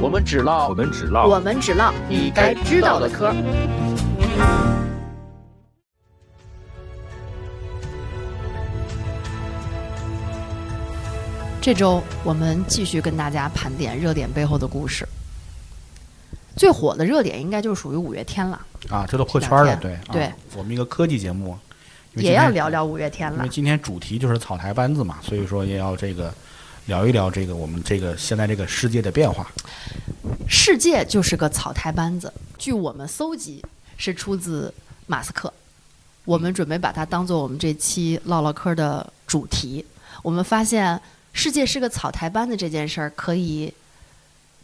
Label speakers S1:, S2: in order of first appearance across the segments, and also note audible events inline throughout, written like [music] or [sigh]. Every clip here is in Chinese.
S1: 我们只唠
S2: 我们只唠
S3: 我们只唠
S1: 你该知道的嗑。
S3: 这周我们继续跟大家盘点热点背后的故事。最火的热点应该就属于五月天了，
S2: 啊，这都破圈了，
S3: 两
S2: 对
S3: 天对
S2: 啊，我们一个科技节目，因为今
S3: 也要
S2: 天
S3: 聊聊五月天
S2: 因
S3: 了
S2: 为。今天主题就是草台班子嘛，所以说也要这个聊一聊这个我们这个现在这个世界的变化。
S3: 世界就是个草台班子，据我们搜集是出自马斯克。我们准备把它当做我们这期唠唠嗑的主题。我们发现世界是个草台班子这件事儿，可以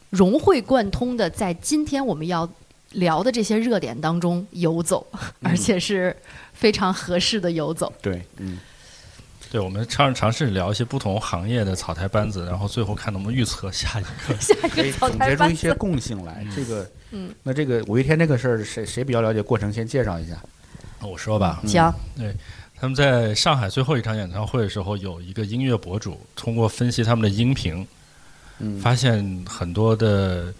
S3: 融会贯通的在今天我们要聊的这些热点当中游走，
S2: 嗯
S3: 而且是非常合适的游走。
S2: 对，嗯，
S4: 对，我们尝尝试聊一些不同行业的草台班子，然后最后看能不能预测下一个。
S3: 下一
S2: 可以
S3: 个草
S2: 总
S3: 台
S2: 结出
S3: 班
S2: 一些嗯
S3: 子，
S2: 共性来。这个，
S3: 嗯，
S2: 那这个五月天这个事儿，谁谁比较了解？过程先介绍一下。
S4: 我说吧，
S3: 行，
S4: 他们在上海最后一场演唱会的时候，有一个音乐博主通过分析他们的音频，
S2: 嗯，
S4: 发现很多的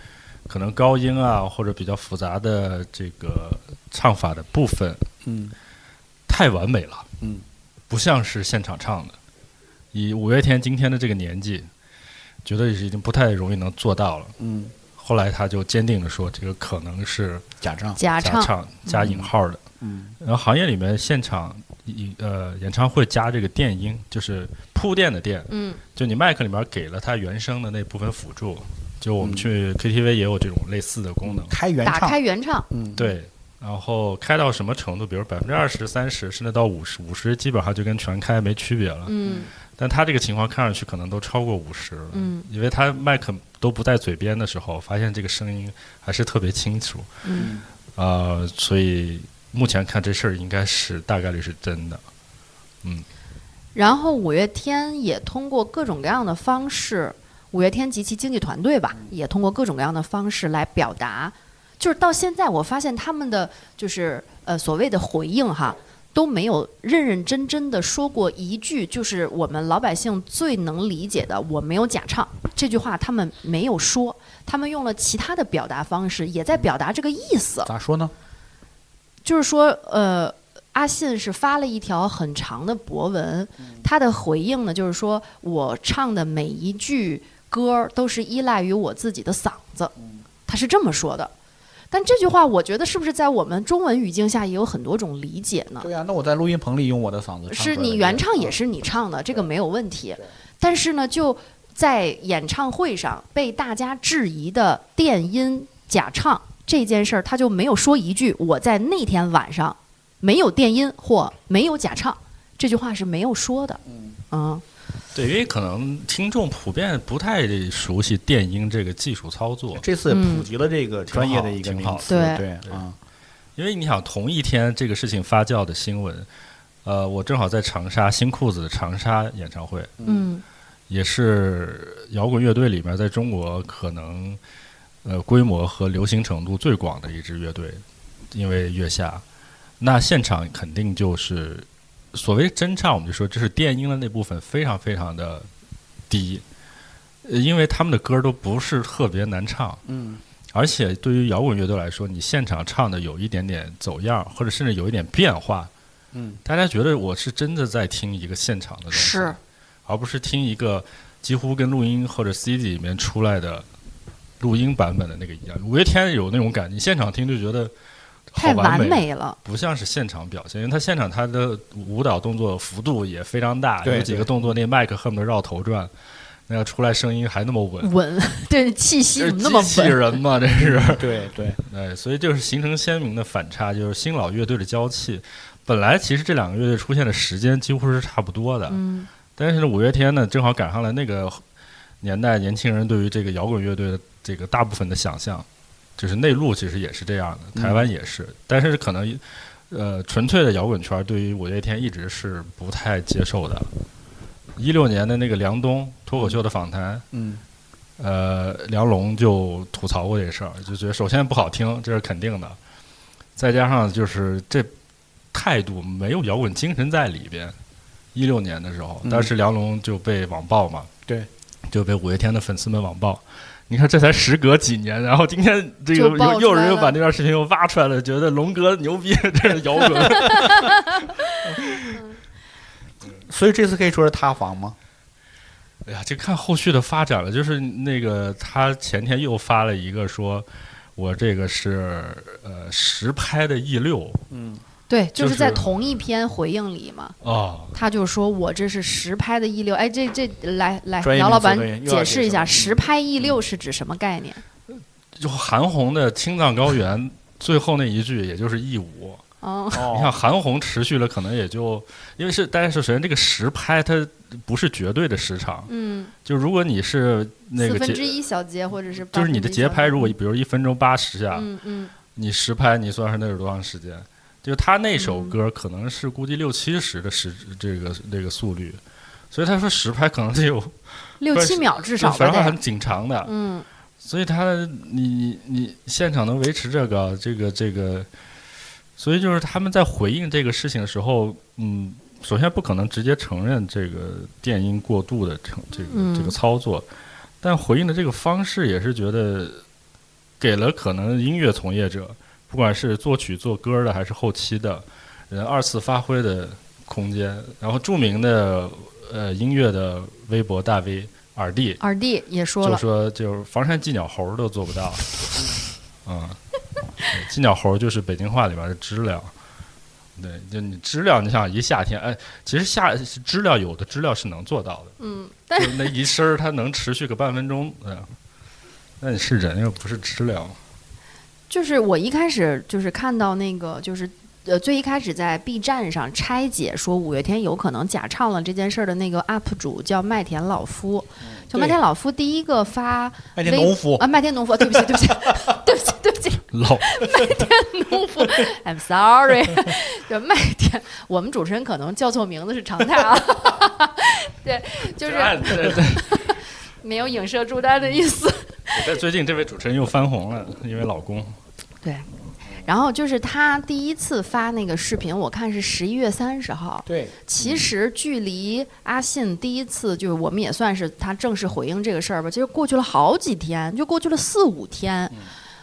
S4: 可能高音啊，或者比较复杂的这个唱法的部分
S2: 嗯
S4: 太完美了，
S2: 嗯，
S4: 不像是现场唱的。以五月天今天的这个年纪，觉得已经不太容易能做到了。
S2: 嗯，
S4: 后来他就坚定的说，这个可能是
S2: 假账。
S3: 假
S4: 加
S3: 唱
S4: 唱加引号的。
S2: 嗯
S4: 然后行业里面现场以呃演唱会加这个电音，就是铺垫的垫，
S3: 嗯，
S4: 就你麦克里面给了它原声的那部分辅助，就
S3: 嗯
S4: 我们去 KTV 也有这种类似的功能。
S2: 开原
S3: 打
S2: 唱
S3: 开。原唱，
S2: 嗯，，
S4: 对，然后开到什么程度，比如百分之二十、三十，甚至到五十，五十基本上就跟全开没区别了。
S3: 嗯
S4: 但他这个情况看上去可能都超过五十了，
S3: 嗯
S4: 因为他麦克都不在嘴边的时候，发现这个声音还是特别清楚。
S3: 嗯，
S4: 呃，所以目前看这事儿应该是大概率是真的。
S3: 然后五月天也通过各种各样的方式，五月天及其经纪团队吧，也通过各种各样的方式来表达。就是到现在，我发现他们的就是呃所谓的回应哈，都没有认认真真的说过一句，就是我们老百姓最能理解的“我没有假唱”这句话，他们没有说，他们用了其他的表达方式，也在表达这个意思。
S2: 咋说呢？
S3: 就是说，呃，阿信是发了一条很长的博文，他的回应呢，就是说我唱的每一句歌儿都是依赖于我自己的嗓子，他是这么说的。但这句话，我觉得是不是在我们中文语境下也有很多种理解呢？
S2: 对呀，那我在录音棚里用我的嗓子唱出来
S3: 啊是
S2: 的
S3: 你
S2: 歌
S3: 原唱也是你唱的，这个没有问题。但是呢，就在演唱会上被大家质疑的电音假唱这件事儿，他就没有说一句我在那天晚上没有电音或没有假唱这句话是没有说的。嗯，
S4: 对，因为可能听众普遍不太熟悉电音这个技术操作，
S2: 这次
S3: 嗯
S2: 普及了这个专业的一个
S4: 挺
S2: 名
S4: 好
S2: 词，
S3: 挺好
S2: 对
S4: 对
S2: 啊，
S4: 因为你想同一天这个事情发酵的新闻，呃，我正好在长沙新裤子的长沙演唱会，
S3: 嗯
S4: 也是摇滚乐队里面在中国可能呃规模和流行程度最广的一支乐队，因为月下，那现场肯定就是所谓真唱，我们就说这是电音的那部分非常非常的低，呃因为他们的歌都不是特别难唱，
S2: 嗯，
S4: 而且对于摇滚乐队来说，你现场唱的有一点点走样，或者甚至有一点变化，
S2: 嗯，
S4: 大家觉得我是真的在听一个现场的东西，
S3: 是
S4: 而不是听一个几乎跟录音或者 CD 里面出来的录音版本的那个一样。五月天有那种感觉，你现场听就觉得好
S3: 太
S4: 完
S3: 完
S4: 美，
S3: 美了。
S4: 不像是现场表现，因为他现场他的舞蹈动作幅度也非常大，
S2: 对
S4: 有几个动作那麦克恨不得绕头转，那要出来声音还那么稳。
S3: 稳， [laughs] 对气息
S4: 这
S3: 怎
S4: 是
S3: 么嗯那么
S4: 机器
S3: 稳？
S4: 人嘛，这是。
S2: 对对，
S4: 对，所以就是形成鲜明的反差，就是新老乐队的交替。本来其实这两个乐队出现的时间几乎是差不多的，
S3: 嗯
S4: 但是呢，五月天呢正好赶上了那个年代年轻人对于这个摇滚乐队的这个大部分的想象，就是内陆其实也是这样的，台湾也是，但是可能呃纯粹的摇滚圈对于五月天一直是不太接受的。一六年的那个梁冬脱口秀的访谈，
S2: 嗯，
S4: 呃，梁龙就吐槽过这事儿，就觉得首先不好听，这是肯定的，再加上就是这态度没有摇滚精神在里边。一六年的时候，
S2: 嗯
S4: 当时梁龙就被网暴嘛，
S2: 对，
S4: 就被五月天的粉丝们网暴。你看，这才时隔几年，然后今天这个
S3: 就爆出来
S4: 又又有人又
S3: 了
S4: 把那段视频又挖出来了，觉得龙哥牛逼， [laughs] 这是摇滚。
S2: 所以这次可以说是塌房吗？
S4: 哎呀，就看后续的发展了。就是那个他前天又发了一个说，我这个是呃实拍的 E 六
S2: 嗯，
S3: 对，就
S4: 就是
S3: 是在同一篇回应里嘛，
S4: 哦，
S3: 他就说我这是实拍的 E 六，哎，这这来来，
S2: 专业
S3: 姚
S2: 名
S3: 老
S2: 词
S3: 板
S2: 对又要
S3: 解
S2: 解
S3: 释
S2: 释
S3: 一下，
S2: 了
S3: 实拍 E
S4: 嗯
S3: 六是指什么概念？
S4: 就韩红的《青藏高原》最后那一句，也就是 E 五。
S3: 哦，
S4: 你像韩红持续了，可能也就因为是，但是首先这个实拍它不是绝对的时长，
S3: 嗯，
S4: 就如果你是那
S3: 四
S4: 个
S3: 分
S4: 节，
S3: 之一小节或者是
S4: 就是你的节拍，如果
S3: 一
S4: 比如一分钟八十下，
S3: 嗯嗯，
S4: 你实拍你算上那是多长时间？就他那首
S3: 嗯
S4: 歌可能是估计六七十的时这个这个速率，所以他说实拍可能得有
S3: 六
S4: 不是
S3: 七秒至少吧
S4: 反正很
S3: 得，
S4: 紧长的，
S3: 嗯，
S4: 所以他你你你现场能维持这个这个这个，所以就是他们在回应这个事情的时候，嗯，首先不可能直接承认这个电音过度的成这个
S3: 嗯
S4: 这个操作，但回应的这个方式也是觉得给了可能音乐从业者，不管是作曲作歌的还是后期的人二次发挥的空间。然后著名的呃音乐的微博大 V 耳帝
S3: 二 D 也说
S4: 就
S3: 了，
S4: 说就是房山寄鸟猴都做不到，嗯，寄鸟猴就是北京话里边的知了，对，就你知了，你想一夏天，哎，其实夏知了有的知了是能做到
S3: 嗯，
S4: 的，
S3: 但
S4: 就那一声儿它能持续个半分钟，嗯，那你是人又不是知了，
S3: 就是我一开始就是看到那个就是。呃，最一开始在 B 站上拆解说五月天有可能假唱了这件事儿的那个 UP 主叫麦田老夫，
S4: 嗯
S3: 就麦
S2: 对
S3: 田老夫第一个发
S2: 麦田农夫
S3: 啊，麦田农夫，对不起，对不起，对不起，对不起，
S4: 老
S3: 农夫，I'm sorry，就 [laughs] 麦田，我们主持人可能叫错名字是常态啊， [laughs] 对，就是
S4: 按哎对对
S3: 没有影射朱丹的意思。 [laughs]
S4: 对最近这位主持人又翻红了，因为老公，
S3: 然后就是他第一次发那个视频，我看是十一月三十号。
S2: 对，
S3: 其实距离阿信第一次，就是我们也算是他正式回应这个事儿吧，其实过去了好几天，就过去了四五天。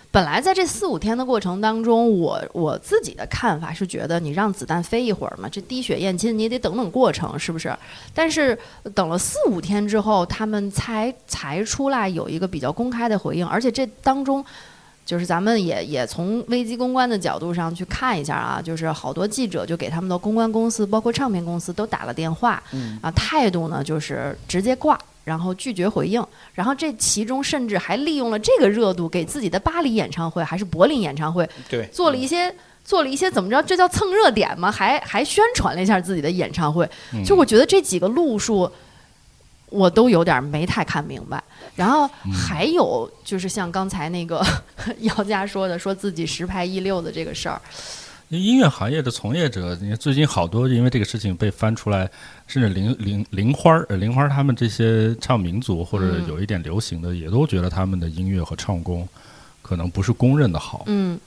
S3: 本来在这四五天的过程当中，我我自己的看法是觉得，你让子弹飞一会儿嘛，这滴血验亲你也得等等过程，是不是？但是呃等了四五天之后，他们才才出来有一个比较公开的回应，而且这当中。就是咱们也也从危机公关的角度上去看一下啊，就是好多记者就给他们的公关公司，包括唱片公司都打了电话，
S2: 嗯
S3: 啊，态度呢就是直接挂，然后拒绝回应，然后这其中甚至还利用了这个热度，给自己的巴黎演唱会还是柏林演唱会
S2: 对，
S3: 做了一些做了一些怎么着，这叫蹭热点吗？还还宣传了一下自己的演唱会，
S4: 嗯
S3: 就我觉得这几个路数，我都有点没太看明白。然后
S4: 嗯
S3: 还有就是像刚才那个 [laughs] 姚佳说的，说自己实拍一六的这个事儿，
S4: 音乐行业的从业者，你看最近好多因为这个事情被翻出来，甚至林林林花儿、呃林花儿他们这些唱民族或者
S3: 嗯
S4: 有一点流行的，也都觉得他们的音乐和唱功可能不是公认的好。
S3: 嗯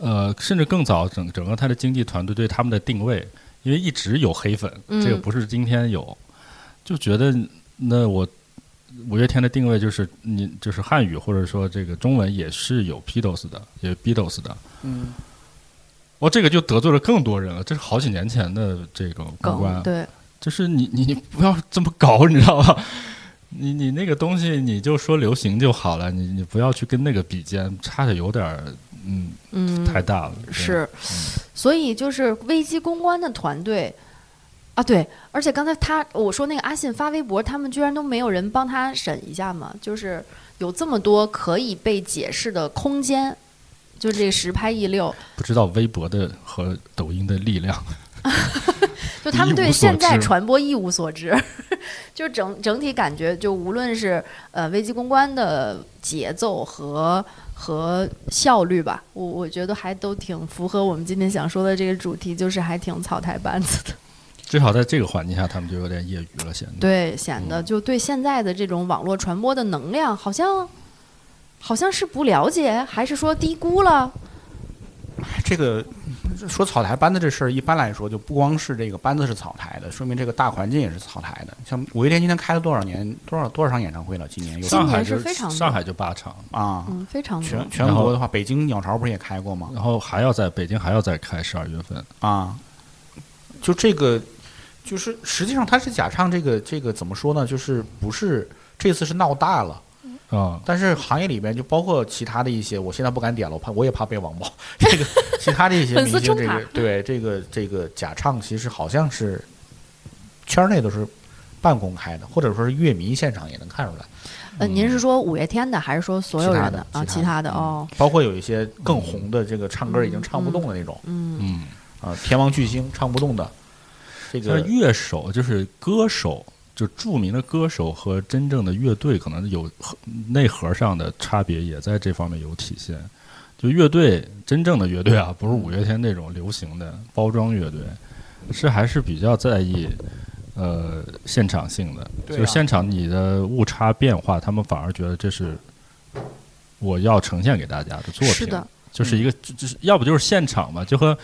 S4: 呃，甚至更早，整整个他的经纪团队对他们的定位，因为一直有黑粉，
S3: 嗯
S4: 这个不是今天有，就觉得那我五月天的定位就是你就是汉语或者说这个中文也是有 Beatles 的，也有 Beatles 的，
S2: 嗯，
S4: 哦，这个就得罪了更多人了。这是好几年前的这个公
S3: 梗
S4: 哦关，
S3: 对，
S4: 就是你你你不要这么搞，你知道吧？你你那个东西你就说流行就好了，你你不要去跟那个比肩，差的有点儿嗯
S3: 嗯，
S4: 太大了。对嗯
S3: 是，所以就是危机公关的团队啊，对，而且刚才他我说那个阿信发微博，他们居然都没有人帮他审一下嘛，就是有这么多可以被解释的空间，就这个实拍 E 六，
S4: 不知道微博的和抖音的力量。 [laughs]
S3: 就他们
S4: 一
S3: 对
S4: 无所
S3: 现在
S4: 知
S3: 传播一无所知， [laughs] 就整整体感觉，就无论是呃危机公关的节奏和和效率吧，我我觉得还都挺符合我们今天想说的这个主题，就是还挺草台班子的。
S4: 至少在这个环境下，他们就有点业余了，显得。
S3: 对，显得就对现在的这种网络传播的能量，好像好像是不了解，还是说低估了？
S2: 哎这个说草台班子这事儿，一般来说就不光是这个班子是草台的，说明这个大环境也是草台的。像五月天今年开了多少年多少多少场演唱会了？今年有
S3: 今
S4: 上
S3: 年
S4: 海
S3: 是
S4: 就
S3: 非常多
S4: 上海就八场，
S2: 啊，
S3: 嗯，非常多
S2: 全。全国的话，北京鸟巢不是也开过吗？
S4: 然后还要在北京还要再开十二月份，
S2: 啊，就这个，就是实际上他是假唱这个这个怎么说呢？就是不是这次是闹大了，
S4: 啊、
S2: 但是行业里边就包括其他的一些，我现在不敢点了，我怕我也怕被网暴。 [laughs] 这个其他的一些
S3: 粉
S2: 明
S3: 丝
S2: 星，
S3: 冲
S2: 这
S3: 塔
S2: 个对这个这个假唱，其实好像是圈内都是半公开的，或者说是乐迷现场也能看出来，
S3: 呃，您是说五月天的，还是说所有人的啊？其
S2: 其
S3: 他
S2: 他
S3: 的
S2: 的
S3: 哦，
S2: 包括有一些更红的，这个唱歌已经唱不动的那种
S3: 嗯，
S4: 嗯，
S2: 啊，天王巨星唱不动的，这
S4: 但
S2: 个
S4: 是乐手就是歌手，就著名的歌手和真正的乐队可能有和内核上的差别，也在这方面有体现。就乐队真正的乐队啊，不是五月天那种流行的包装乐队，是还是比较在意呃现场性的，
S2: 对啊
S4: 就是现场你的误差变化，他们反而觉得这是我要呈现给大家的作品。
S3: 是的，
S4: 就是
S2: 嗯
S4: 一个，就就是要不就是现场嘛，就和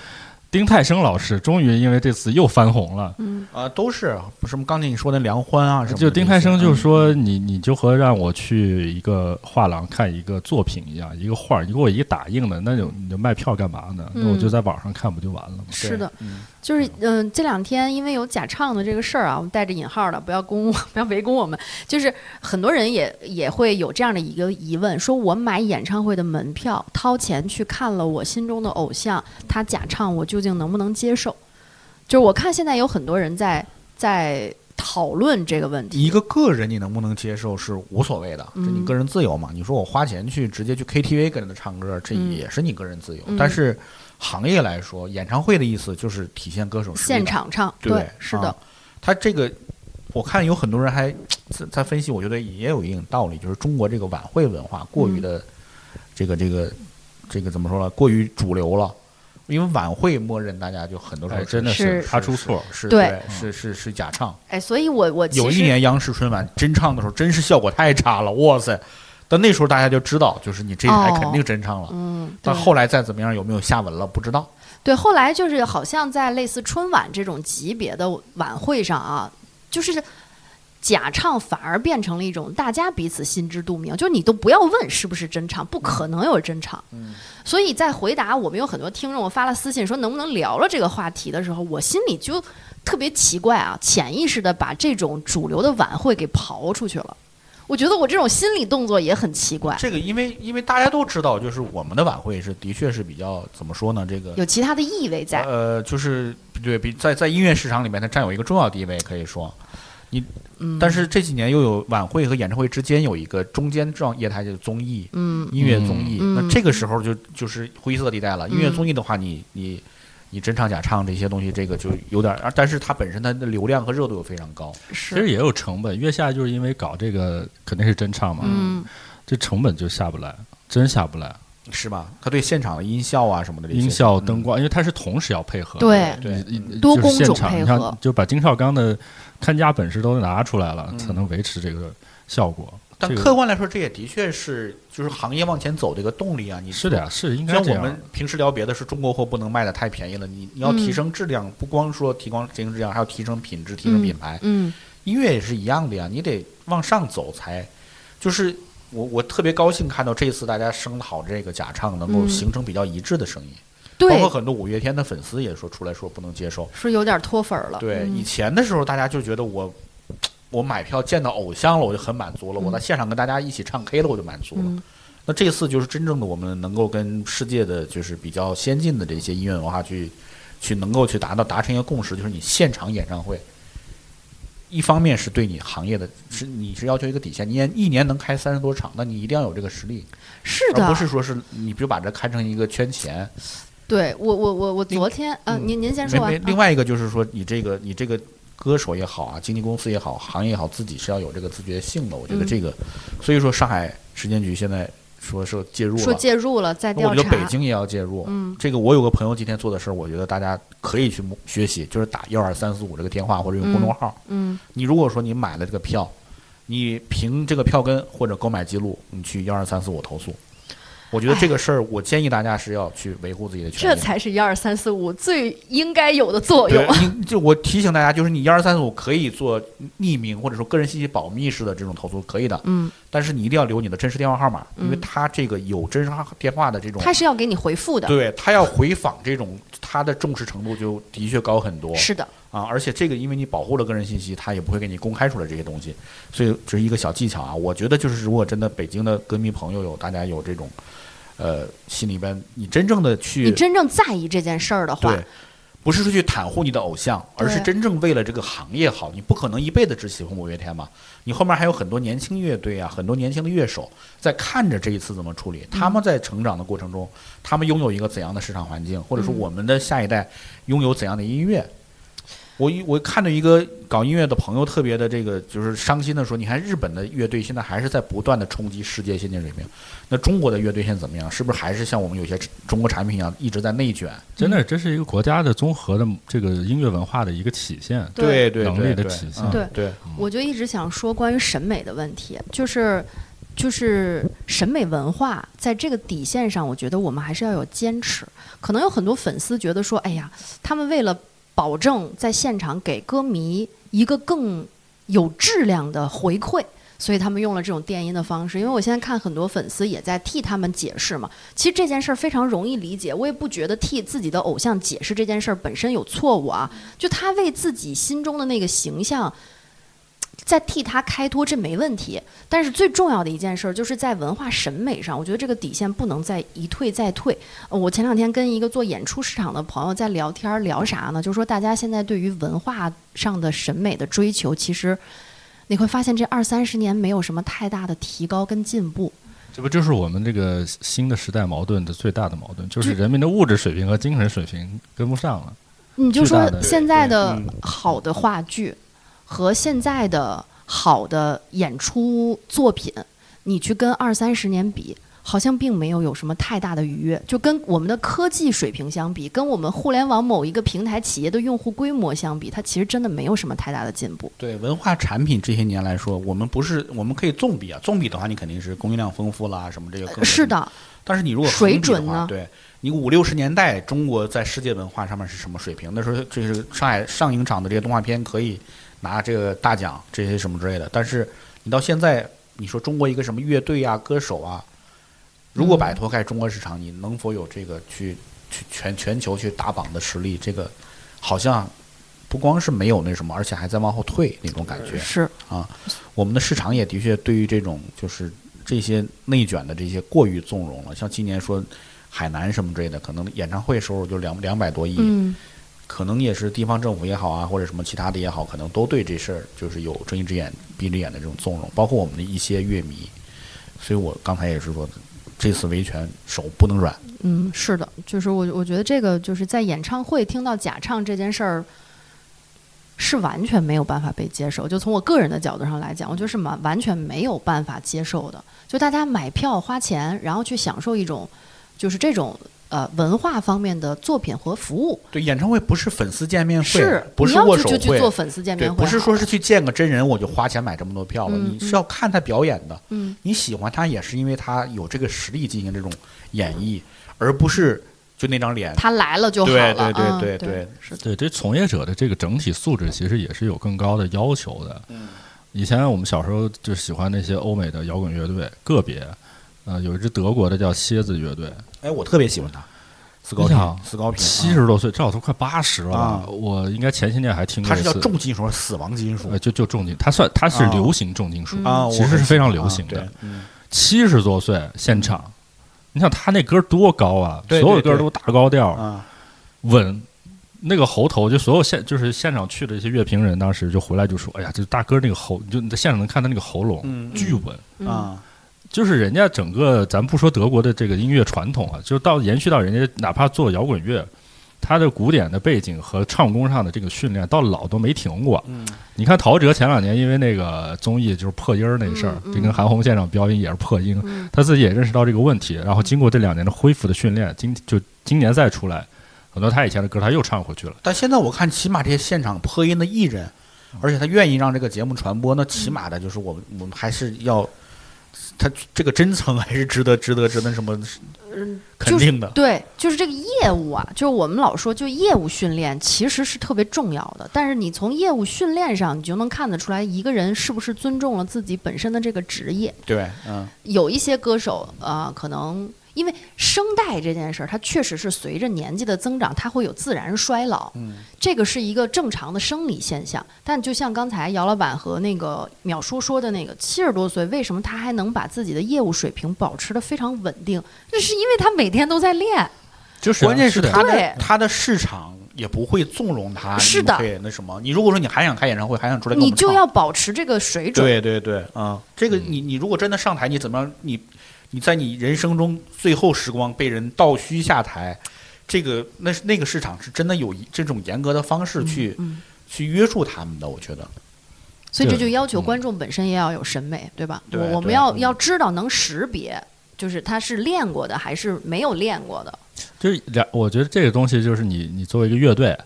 S4: 丁太升老师终于因为这次又翻红了。
S3: 嗯，
S2: 啊都是什么刚才你说的梁欢啊什么的这些，
S4: 就丁太升就说你你就和让我去一个画廊看一个作品一样，一个画儿，你给我一个打印的，那就你就卖票干嘛呢？那我
S3: 嗯
S4: 就在网上看不就完了吗？
S3: 是的，
S2: 嗯
S3: 就是嗯、这两天因为有假唱的这个事儿啊，我们带着引号的，不要攻我， [laughs] 不要围攻我们。就是很多人也也会有这样的一个疑问，说我买演唱会的门票，掏钱去看了我心中的偶像，他假唱，我究竟能不能接受？就是我看现在有很多人在在讨论这个问题，
S2: 一个个人你能不能接受是无所谓的，这
S3: 嗯
S2: 你个人自由嘛。你说我花钱去直接去 KTV 跟着唱歌，这
S3: 嗯
S2: 也是你个人自由。
S3: 嗯
S2: 但是行业来说，演唱会的意思就是体现歌手实力的
S3: 现场唱，
S2: 对
S3: 是的
S2: 啊，他这个我看有很多人还在在分析，我觉得也有一定道理，就是中国这个晚会文化过于
S3: 嗯
S2: 的这个、这个这个怎么说呢？过于主流了。因为晚会默认大家就很多时候
S4: 哎，真的
S3: 是
S4: 是擦出错。
S2: 是
S3: 对
S2: 是是是假唱，
S3: 哎，所以我我其实
S2: 有一年央视春晚真唱的时候，真是效果太差了，哇塞！但那时候大家就知道，就是你这台
S3: 哦
S2: 肯定真唱了。
S3: 嗯，
S2: 但
S3: 对
S2: 后来再怎么样，有没有下文了不知道。
S3: 对，后来就是好像在类似春晚这种级别的晚会上啊，就是假唱反而变成了一种大家彼此心知肚明，就是你都不要问是不是真唱，不可能有真唱。
S2: 嗯
S3: 所以在回答我们有很多听众发了私信说能不能聊了这个话题的时候，我心里就特别奇怪啊，潜意识的把这种主流的晚会给刨出去了。我觉得我这种心理动作也很奇怪，
S2: 这个因为因为大家都知道，就是我们的晚会是的确是比较怎么说呢？这个
S3: 有其他的意味在。
S2: 呃，就是对比在在音乐市场里面，它占有一个重要地位，可以说。
S3: 嗯，
S2: 但是这几年又有晚会和演唱会之间有一个中间状业态，就是综艺。
S3: 嗯，
S2: 音乐综艺，
S3: 嗯
S2: 那这个时候就就是灰色地带了。音乐综艺的话，你你你真唱假唱这些东西，这个就有点儿，啊但是它本身它的流量和热度又非常高。
S4: 其
S3: 是
S4: 实也有成本，月下就是因为搞这个肯定是真唱嘛，
S3: 嗯
S4: 这成本就下不来，真下不来。
S2: 是吧？它对现场的音效啊什么的这些，
S4: 音效、
S2: 嗯
S4: 灯，光，因为它是同时要配合的，
S3: 对
S2: 对
S4: 你你
S3: 多
S4: 就是现
S3: 工种
S4: 场
S3: 配
S4: 你看
S3: 合
S4: 就把丁少刚的看家本事都拿出来了，
S2: 嗯
S4: 才能维持这个效果。
S2: 但
S4: 这个
S2: 客观来说，这也的确是就是行业往前走的一个动力啊。你
S4: 是的呀，是应该
S2: 像
S4: 这
S2: 我
S4: 样
S2: 们
S4: 的。
S2: 平时聊别的是中国货不能卖的太便宜了，你你要
S3: 嗯
S2: 提升质量，不光说提高提升质量，还要提升品质、提升品牌。
S3: 嗯。
S2: 音乐也是一样的呀，你得往上走才。就是我我特别高兴看到这次大家声讨这个假唱能够
S3: 嗯
S2: 形成比较一致的声音，包
S3: 对
S2: 括，很多五月天的粉丝也说出来说不能接受。
S3: 是有点脱粉儿了。
S2: 对，以
S3: 嗯
S2: 前的时候大家就觉得我。我买票见到偶像了，我就很满足了。
S3: 嗯
S2: 我在现场跟大家一起唱 K 了，我就满足了。
S3: 嗯
S2: 那这次就是真正的我们能够跟世界的就是比较先进的这些音乐文化去去能够去达到达成一个共识，就是你现场演唱会，一方面是对你行业的是你是要求一个底线，你一一年能开三十多场，那你一定要有这个实力，
S3: 是
S2: 而
S3: 的，
S2: 不是说是你比如把这看成一个圈钱。
S3: 对我我我我
S2: 另
S3: 昨天啊，
S2: 嗯
S3: 您您先
S2: 没
S3: 说完
S2: 没，。另
S3: 啊
S2: 外一个就是说你这个你这个。歌手也好啊，经纪公司也好，行业也好，自己是要有这个自觉性的。我觉得
S3: 嗯
S2: 这个，所以说上海时间局现在说是介入了，
S3: 说介入了再
S2: 那
S3: 调
S2: 我觉得北
S3: 查，
S2: 京也要介入。
S3: 嗯
S2: 这个我有个朋友今天做的事儿，我觉得大家可以去摸学习，就是打幺二三四五这个电话或者用公众号。
S3: 嗯
S2: 你如果说你买了这个票，你凭这个票根或者购买记录，你去幺二三四五投诉。我觉得这个事儿，我建议大家是要去维护自己的权
S3: 这
S2: 益。
S3: 才是一二三四五最应该有的作用
S2: 对。，你就我提醒大家，就是你一二三四五可以做匿名或者说个人信息保密式的这种投诉，可以的，
S3: 嗯，
S2: 但是你一定要留你的真实电话号码，因为
S3: 嗯
S2: 他这个有真实号电话的这种，
S3: 他是要给你回复的。
S2: 对他要回访这种，他的重视程度就的确高很多。
S3: 是的，
S2: 啊，而且这个因为你保护了个人信息，他也不会给你公开出来这些东西，所以这是一个小技巧啊。我觉得就是如果真的北京的歌迷朋友有大家有这种，呃，心里边你真正的
S3: 你
S2: 去
S3: 真正在意这件事儿的话
S2: 对，，不是说去袒护你的偶像，而是
S3: 对
S2: 真正为了这个行业好，你不可能一辈子只喜欢五月天嘛，你后面还有很多年轻乐队啊，很多年轻的乐手在看着这一次怎么处理，他
S3: 嗯
S2: 们在成长的过程中，他们拥有一个怎样的市场环境，或者说
S3: 嗯
S2: 我们的下一代拥有怎样的音乐。我一我看到一个搞音乐的朋友特别的这个就是伤心的说，你看日本的乐队现在还是在不断的冲击世界先进水平，那中国的乐队现在怎么样？是不是还是像我们有些中国产品一样一直在内卷？
S4: 真的，这是一个国家的综合的这个音乐文化的一个体现。
S2: 对对
S4: 能
S2: 对
S4: 力的
S2: 对
S4: 体现
S2: 嗯
S3: 对
S2: 对，
S3: 我就一直想说关于审美的问题，就是就是审美文化在这个底线上，我觉得我们还是要有坚持。可能有很多粉丝觉得说，哎呀，他们为了保证在现场给歌迷一个更有质量的回馈。所以他们用了这种电音的方式，因为我现在看很多粉丝也在替他们解释嘛。其实这件事儿非常容易理解，我也不觉得替自己的偶像解释这件事儿本身有错误啊。就他为自己心中的那个形象在替他开脱，这没问题。但是最重要的一件事儿，就是在文化审美上，我觉得这个底线不能再一退再退。呃我前两天跟一个做演出市场的朋友在聊天儿，聊啥呢？就说大家现在对于文化上的审美的追求，其实你会发现这二三十年没有什么太大的提高跟进步。
S4: 这不就是我们这个新的时代矛盾的最大的矛盾，就是人民的物质水平和精神水平跟不上了。
S3: 你就
S4: 巨大
S3: 说
S4: 的
S3: 现在的
S2: 嗯
S3: 好的话剧和现在的好的演出作品，你去跟二三十年比。好像并没有有什么太大的愉悦，就跟我们的科技水平相比，跟我们互联网某一个平台企业的用户规模相比，它其实真的没有什么太大的进步。
S2: 对文化产品这些年来说，我们不是我们可以纵比啊，纵比的话，你肯定是供应量丰富啦，什么这个更
S3: 是。的，
S2: 但是你如果
S3: 水
S2: 横比的
S3: 准
S2: 话
S3: 呢
S2: 对你五六十年代中国在世界文化上面是什么水平？那时候这是上海上影厂的这些动画片可以拿这个大奖，这些什么之类的。但是你到现在，你说中国一个什么乐队啊、歌手啊，如果摆脱开中国市场，你能否有这个去去全全球去打榜的实力？这个好像不光是没有那什么，而且还在往后退那种感觉。
S3: 是
S2: 我们的市场也的确对于这种就是这些内卷的这些过于纵容了。像今年说海南什么之类的，可能演唱会收入就两两百多亿，
S3: 嗯，
S2: 可能也是地方政府也好啊，或者什么其他的也好，可能都对这事儿就是有睁一只眼闭一只眼的这种纵容，包括我们的一些乐迷。所以我刚才也是说，这次维权手不能软。
S3: 嗯，是的，就是我我觉得这个就是在演唱会听到假唱这件事儿，是完全没有办法被接受。就从我个人的角度上来讲，我就是完完全没有办法接受的。就大家买票花钱，然后去享受一种就是这种呃文化方面的作品和服务，
S2: 对，演唱会不是粉丝见面会，
S3: 是
S2: 不
S3: 你
S2: 是
S3: 要
S2: 握
S3: 去
S2: 手
S3: 就去
S2: 会
S3: 做。粉丝见
S2: 对，
S3: 面会好
S2: 不
S3: 了，
S2: 是说是去见个真人我就花钱买这么多票了，
S3: 嗯
S2: 你是要看他表演的。
S3: 嗯
S2: 你喜欢他也是因为他有这个实力进行这种演绎，而不是就那张脸。
S3: 他来了就好
S2: 对
S3: 了，
S2: 对对
S3: 嗯
S2: 对
S3: 对
S2: 对
S3: 是的，
S4: 对，对从业者的这个整体素质其实也是有更高的要求的。嗯，以前我们小时候就喜欢那些欧美的摇滚乐队，个别，呃，有一支德国的叫蝎子乐队，
S2: 哎，我特别喜欢他，斯高
S4: 你想
S2: 平，斯高平，
S4: 七
S2: 啊
S4: 十多岁，这老头快八十了吧，
S2: 啊
S4: 我应该前些年还听过
S2: 他
S4: 一
S2: 是
S4: 次。
S2: 叫重金属，死亡金属
S4: 呃，就就重金，他算他是
S2: 啊
S4: 流行重金属，
S3: 嗯
S2: 啊，我
S4: 呃其实
S2: 很
S4: 是非常
S2: 喜欢
S4: 流行的
S2: 啊对嗯
S4: 七十多岁现场，你想他那歌多高啊，
S2: 对
S4: 所有
S2: 对
S4: 歌都大高调，
S2: 啊，
S4: 稳，那个喉头就所有现就是现场去的一些乐评人，当时就回来就说，哎呀，这大哥那个喉，你就你在现场能看他那个喉咙
S2: 嗯
S4: 巨稳，
S3: 嗯
S2: 啊，
S4: 就是人家整个咱不说德国的这个音乐传统啊，就到延续到人家哪怕做摇滚乐。他的古典的背景和唱功上的这个训练，到老都没停过。
S2: 嗯
S4: 你看陶喆前两年因为那个综艺就是破音儿那个事儿，
S3: 嗯嗯
S4: 就跟韩红现场表演也是破音，
S3: 嗯
S4: 他自己也认识到这个问题，然后经过这两年的恢复的训练，今就今年再出来，很多他以前的歌他又唱回去了。
S2: 但现在我看，起码这些现场破音的艺人，而且他愿意让这个节目传播，那起码的就是我们我们还是要它这个真诚还是值得值得值得什么
S3: 嗯，
S2: 肯定的。
S3: 对，就是这个业务啊，就是我们老说，就业务训练其实是特别重要的。但是你从业务训练上，你就能看得出来一个人是不是尊重了自己本身的这个职业。
S2: 对，嗯，
S3: 有一些歌手啊、呃可能因为声带这件事儿，它确实是随着年纪的增长，它会有自然衰老，
S2: 嗯，
S3: 这个是一个正常的生理现象。但就像刚才姚老板和那个淼叔说的那个，七十多岁为什么他还能把自己的业务水平保持得非常稳定？这是因为他每天都在练。
S4: 就是啊
S2: 关键是
S4: 的
S2: 它
S3: 对
S2: 的它的市场也不会纵容它，
S3: 是的
S2: 对，那什么，你如果说你还想开演唱会，还想出来跟我
S3: 你
S2: 们
S3: 就
S2: 唱
S3: 要保持这个水准。
S2: 对对对，啊，这个你你如果真的上台，你怎么样？你你在你人生中最后时光被人倒虚下台，这个那是那个市场是真的有一这种严格的方式去、
S3: 嗯，
S2: 去约束他们的，我觉得。
S3: 所以这
S4: 对
S3: 就要求
S4: 嗯
S3: 观众本身也要有审美，对吧？
S2: 对
S3: 我我们
S2: 对
S3: 要
S2: 嗯
S3: 要知道能识别，就是他是练过的还是没有练过的。
S4: 就是两，我觉得这个东西就是你，你作为一个乐队，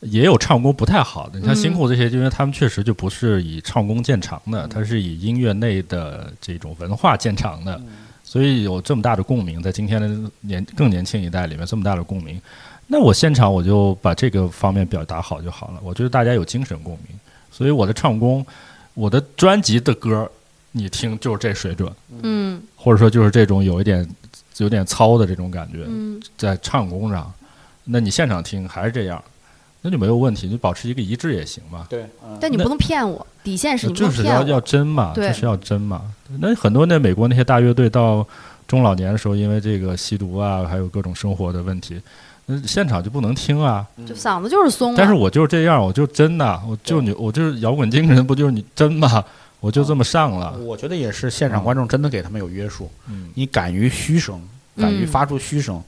S4: 也有唱功不太好的。你像
S3: 嗯
S4: 新裤这些，就因为他们确实就不是以唱功见长的，他是以音乐内的这种文化见长的，所以有这么大的共鸣，在今天的年更年轻一代里面，这么大的共鸣。那我现场我就把这个方面表达好就好了。我觉得大家有精神共鸣，所以我的唱功，我的专辑的歌，你听就是这水准，
S3: 嗯
S4: 或者说就是这种有一点有点糙的这种感觉。
S3: 嗯，
S4: 在唱功上，那你现场听还是这样，那就没有问题，你保持一个一致也行嘛。
S2: 对，
S3: 但你
S4: 那
S3: 不能骗我，底线是
S4: 那
S3: 你不
S4: 就
S3: 能
S4: 是
S3: 骗
S4: 要
S3: 我。
S4: 要真嘛，
S3: 对
S4: 就是要真嘛。那很多那美国那些大乐队到中老年的时候，因为这个吸毒啊，还有各种生活的问题，那现场就不能听啊。
S3: 就嗓子就是松了。
S4: 但是我就是这样，我就真的，我就你，我就是摇滚精神，不就是你真嘛？我就这么上了。
S2: 嗯我觉得也是，现场观众真的给他们有约束。
S4: 嗯，
S2: 你敢于嘘声，敢于
S3: 嗯
S2: 发出嘘声，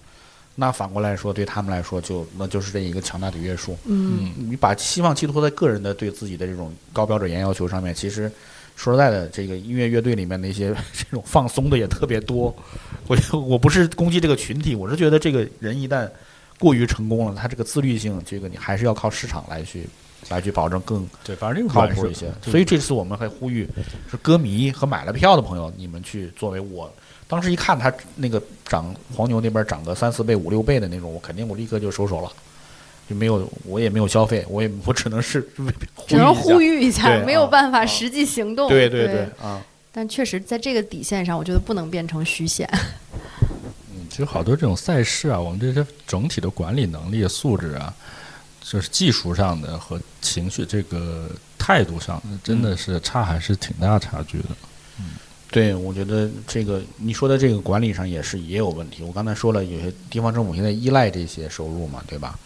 S2: 那反过来说，对他们来说就那就是这一个强大的约束。
S3: 嗯，
S4: 嗯
S2: 你把希望寄托在个人的对自己的这种高标准严要求上面，其实说实在的，这个音乐乐队里面的一些 [laughs] 这种放松的也特别多。我觉得我不是攻击这个群体，我是觉得这个人一旦过于成功了，他这个自律性，这个你还是要靠市场来去来去保证更
S4: 对，反正这个
S2: 靠
S4: 软
S2: 谱
S4: 是
S2: 一些。
S4: 就是
S2: 所以这次我们还呼吁，是歌迷和买了票的朋友，你们去作为我当时一看他那个涨黄牛那边涨个三四倍、五六倍的那种，我肯定我立刻就收手了，就没有我也没有消费，我也我 [laughs] 只能是
S3: 只能
S2: 呼
S3: 呼
S2: 吁
S3: 吁
S2: 一下。
S3: 一下，
S2: 对
S3: 没有
S2: 啊
S3: 办法实际行动。
S2: 对
S3: 对
S2: 对对，啊，
S3: 但确实在这个底线上，我觉得不能变成虚线。
S4: 其实好多这种赛事啊，我们这些整体的管理能力、素质啊，就是技术上的和情绪这个态度上的，真的是差还是挺大差距的。
S2: 对，我觉得这个你说的这个管理上也是也有问题。我刚才说了，有些地方政府现在依赖这些收入嘛，对吧？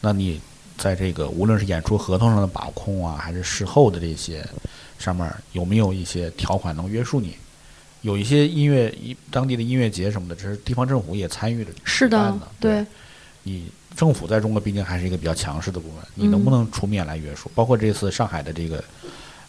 S2: 那你在这个无论是演出合同上的把控啊，还是事后的这些上面儿有没有一些条款能约束你？有一些音乐一当地的音乐节什么的，这是地方政府也参与的，
S3: 是
S2: 举
S3: 的
S2: 办的，
S3: 对，
S2: 你政府在中国毕竟还是一个比较强势的部门，
S3: 嗯
S2: 你能不能出面来约束？包括这次上海的这个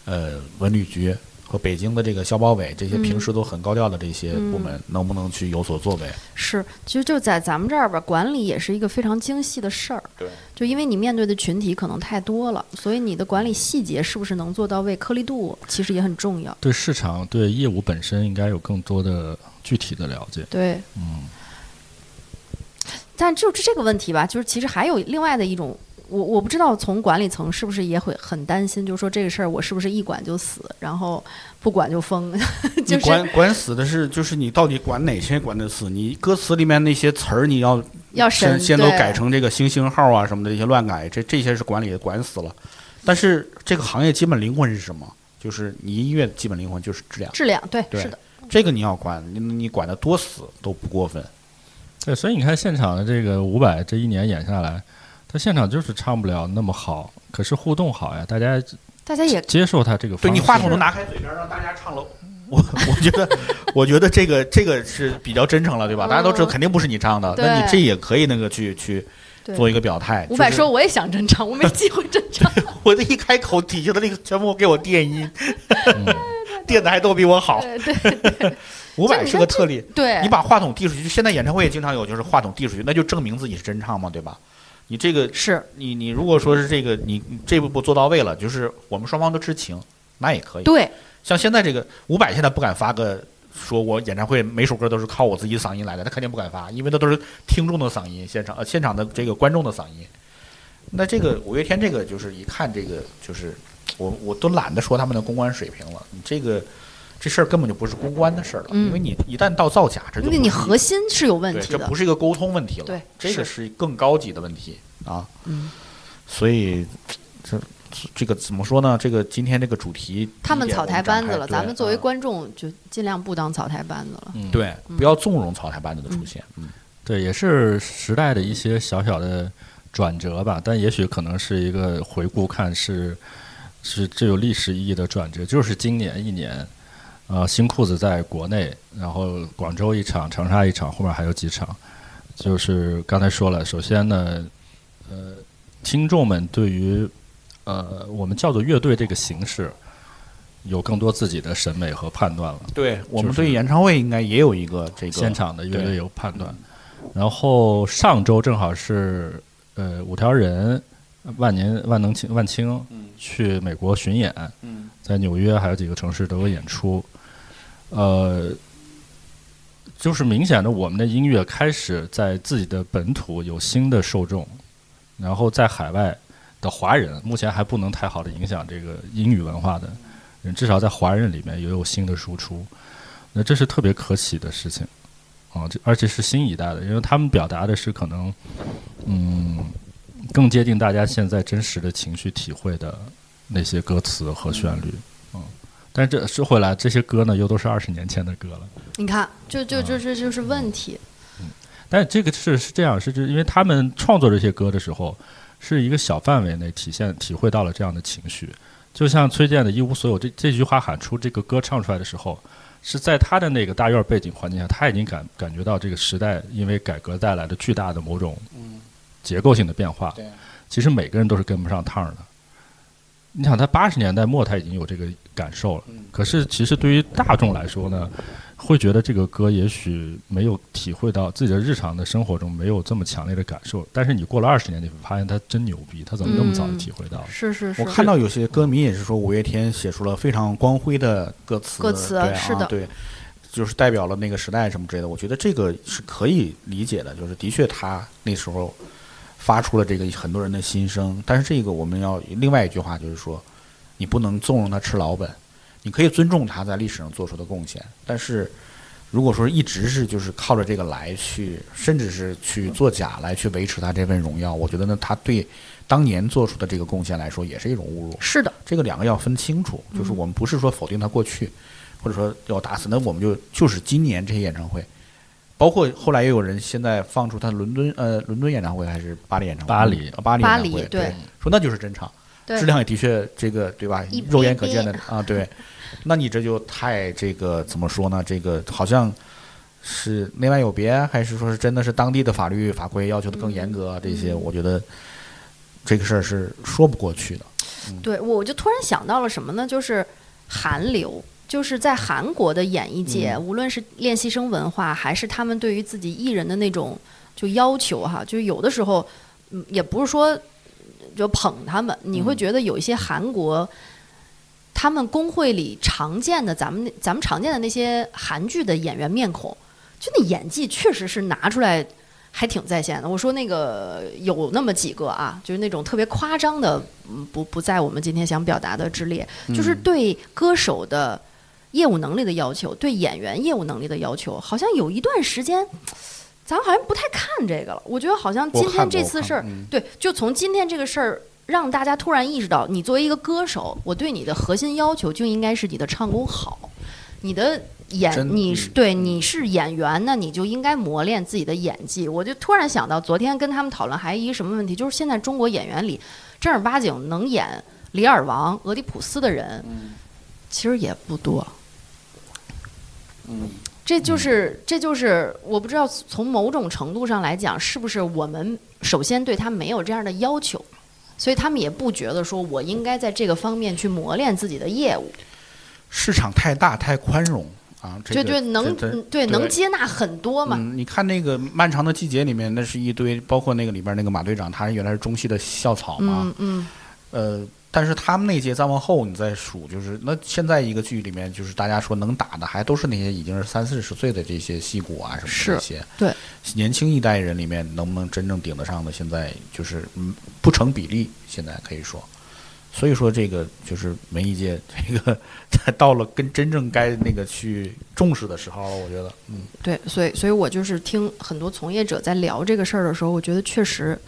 S2: 呃文旅局和北京的这个消保委，这些
S3: 嗯
S2: 平时都很高调的这些部门，能不能去有所作为？
S3: 是，其实就在咱们这儿吧，管理也是一个非常精细的事儿。
S2: 对，
S3: 就因为你面对的群体可能太多了，所以你的管理细节是不是能做到位，颗粒度其实也很重要。
S4: 对市场、对业务本身应该有更多的具体的了解。
S3: 对，
S4: 嗯，
S3: 但就这个问题吧，就是其实还有另外的一种，我我不知道从管理层是不是也会很担心，就是说这个事儿我是不是一管就死，然后不管就疯， [laughs] 就是
S2: 你管管死的是，就是你到底管哪些管得死？你歌词里面那些词儿，你要
S3: 要
S2: 先
S3: 审
S2: 先都
S3: 对
S2: 改成这个星星号啊什么的一些乱改，这这些是管理管死了。但是这个行业基本灵魂是什么？就是你音乐的基本灵魂就是质量。
S3: 质量，对，
S2: 对
S3: 是的，
S2: 这个你要管，你你管得多死都不过分。
S4: 对，哎所以你看现场的这个伍佰这一年演下来，他现场就是唱不了那么好，可是互动好呀，大家
S3: 大家也
S4: 接受他这个方式。
S2: 对你话筒都拿开嘴边儿，让大家唱了。我我觉得， [laughs] 我觉得这个这个是比较真诚了，对吧？大家都知道
S3: 嗯
S2: 肯定不是你唱的，
S3: 对
S2: 那你这也可以那个去去
S3: 对
S2: 做一个表态。
S3: 伍佰
S2: 就是
S3: 说我也想真唱，我没机会真
S2: [laughs]
S3: 唱，：“
S2: 我这一开口，底下的那个全部给我垫音， [laughs]
S4: 嗯
S2: 垫的还都比我好。
S3: 对对”
S2: [laughs] 伍佰是个特例， [laughs]
S3: 对，
S2: 你把话筒递出去，就现在演唱会也经常有，就是话筒递出去，那就证明自己是真唱嘛，对吧？你这个
S3: 是
S2: 你你如果说是这个你你这步步做到位了，就是我们双方都知情，那也可以。
S3: 对，
S2: 像现在这个伍佰现在不敢发个说我演唱会每首歌都是靠我自己嗓音来的，他肯定不敢发，因为那都是听众的嗓音，现场呃现场的这个观众的嗓音。那这个五月天这个就是一看这个就是我我都懒得说他们的公关水平了，你这个这事儿根本就不是公关的事儿了，
S3: 嗯
S2: 因为你一旦到造假，这就
S3: 因为
S2: 不
S3: 你
S2: 是一
S3: 核心是有问
S2: 对，
S3: 题
S2: 这
S3: 的
S2: 不。是一个沟通问题了，
S3: 对
S2: 这个是更高级的问题啊。
S3: 嗯，
S2: 所以这这个怎么说呢？这个今天这个主题，
S3: 他们
S2: 第一点
S3: 草
S2: 我
S3: 台班子了，
S2: 展开
S3: 咱们
S2: 对
S3: 作为
S2: 嗯
S3: 观众就尽量不当草台班子了。
S4: 嗯，
S2: 对，
S3: 嗯
S2: 不要纵容草台班子的出现。嗯，
S4: 对，也是时代的一些小小的转折吧，但也许可能是一个回顾看是是具有历史意义的转折，就是今年一年，呃，新裤子在国内，然后广州一场，长沙一场，后面还有几场，就是刚才说了，首先呢，呃，听众们对于呃我们叫做乐队这个形式。有更多自己的审美和判断了，
S2: 对我们
S4: 就是
S2: 对演唱会应该也有一个这个
S4: 现场的乐
S2: 对
S4: 队有判断。然后上周正好是呃五条人、万年万能青万青去美国巡演，
S2: 嗯
S4: 在纽约还有几个城市都有演出。呃，就是明显的，我们的音乐开始在自己的本土有新的受众，然后在海外的华人目前还不能太好的影响这个英语文化的人，至少在华人里面也有新的输出。那这是特别可喜的事情啊，这而且是新一代的，因为他们表达的是可能，嗯，更接近大家现在真实的情绪体会的那些歌词和旋律，嗯，但这说回来，这些歌呢又都是二十年前的歌了。
S3: 你看，就
S2: 嗯
S3: 就就这就是问题。
S4: 但这个是是这样，是就是因为他们创作这些歌的时候，是一个小范围内体现体会到了这样的情绪。就像崔健的《一无所有》这这句话喊出这个歌唱出来的时候，是在他的那个大院背景环境下，他已经感感觉到这个时代因为改革带来的巨大的某种结构性的变化。
S2: 对
S4: 其实每个人都是跟不上趟儿的。你想，他八十年代末他已经有这个感受了，可是其实对于大众来说呢，会觉得这个歌也许没有体会到自己的日常的生活中没有这么强烈的感受，但是你过了二十年，你会发现他真牛逼，他怎么那么早就体会到了？
S3: 是是是
S2: 我，看到有些歌迷也是说，五月天写出了非常光辉的歌词，
S3: 歌词
S2: 对
S3: 是
S2: 啊
S3: 的
S2: 对，就是代表了那个时代什么之类的。我觉得这个是可以理解的，就是的确他那时候发出了这个很多人的心声，但是这个我们要另外一句话就是说，你不能纵容他吃老本，你可以尊重他在历史上做出的贡献，但是。如果说一直是就是靠着这个来去，甚至是去作假来去维持他这份荣耀，我觉得呢，他对当年做出的这个贡献来说，也是一种侮辱。
S3: 是的，
S2: 这个两个要分清楚，
S3: 嗯
S2: 就是我们不是说否定它过去，或者说要打死，那我们就就是今年这些演唱会，包括后来也有人现在放出他伦敦呃伦敦演唱会还是巴黎演唱会，
S4: 巴黎
S2: 呃巴黎演
S3: 巴
S2: 唱
S3: 黎
S2: 会，
S3: 对
S2: 说那就是真唱，
S3: 对
S2: 质量也的确这个对吧
S3: 一？
S2: 肉眼可见的啊，对， [laughs] 那你这就太这个怎么说呢？这个好像是内外有别，还是说是真的是当地的法律法规要求的更严格啊？这
S3: 嗯
S2: 些我觉得这个事儿是说不过去的。
S3: 对，我就突然想到了什么呢？就是韩流，就是在韩国的演艺界，无论是练习生文化，还是他们对于自己艺人的那种就要求哈，就是有的时候，嗯，也不是说就捧他们，你会觉得有一些韩国。他们工会里常见的，咱们那咱们常见的那些韩剧的演员面孔，就那演技确实是拿出来还挺在线的。我说那个有那么几个啊，就是那种特别夸张的，嗯，不不在我们今天想表达的之列，
S2: 嗯
S3: 就是对歌手的业务能力的要求，对演员业务能力的要求，好像有一段时间。咱们好像不太看这个了，我觉得好像今
S2: 我
S3: 天
S2: 看过
S3: 这
S2: 我
S3: 次
S2: 看
S3: 事儿
S2: 过嗯，
S3: 对，就从今天这个事儿，让大家突然意识到，你作为一个歌手，我对你的核心要求就应该是你的唱功好，你的演，
S2: 真
S3: 你
S2: 嗯
S3: 是对你是演员，那你就应该磨练自己的演技。我就突然想到，昨天跟他们讨论还一个什么问题，就是现在中国演员里正儿八经能演李尔王、俄狄浦斯的人，
S2: 嗯
S3: 其实也不多。这
S2: 嗯
S3: 就是，这就是，我不知道从某种程度上来讲，是不是我们首先对他没有这样的要求，所以他们也不觉得说我应该在这个方面去磨练自己的业务，
S2: 市场太大太宽容啊，这
S3: 就
S2: 个
S3: 就能
S2: 这这
S3: 嗯对能接纳很多嘛。
S2: 嗯，你看那个《漫长的季节》里面，那是一堆，包括那个里边那个马队长，他原来是中戏的校草嘛，
S3: 嗯嗯，
S2: 呃，但是他们那届再往后你再数，就是那现在一个剧里面，就是大家说能打的还都是那些已经是三四十岁的这些戏骨啊什么
S3: 是
S2: 的这些，
S3: 对，
S2: 年轻一代人里面能不能真正顶得上的，现在就是嗯不成比例，现在可以说。所以说，这个就是文艺界，这个到了跟真正该那个去重视的时候了。我觉得，嗯，
S3: 对，所以所以我就是听很多从业者在聊这个事儿的时候，我觉得确实，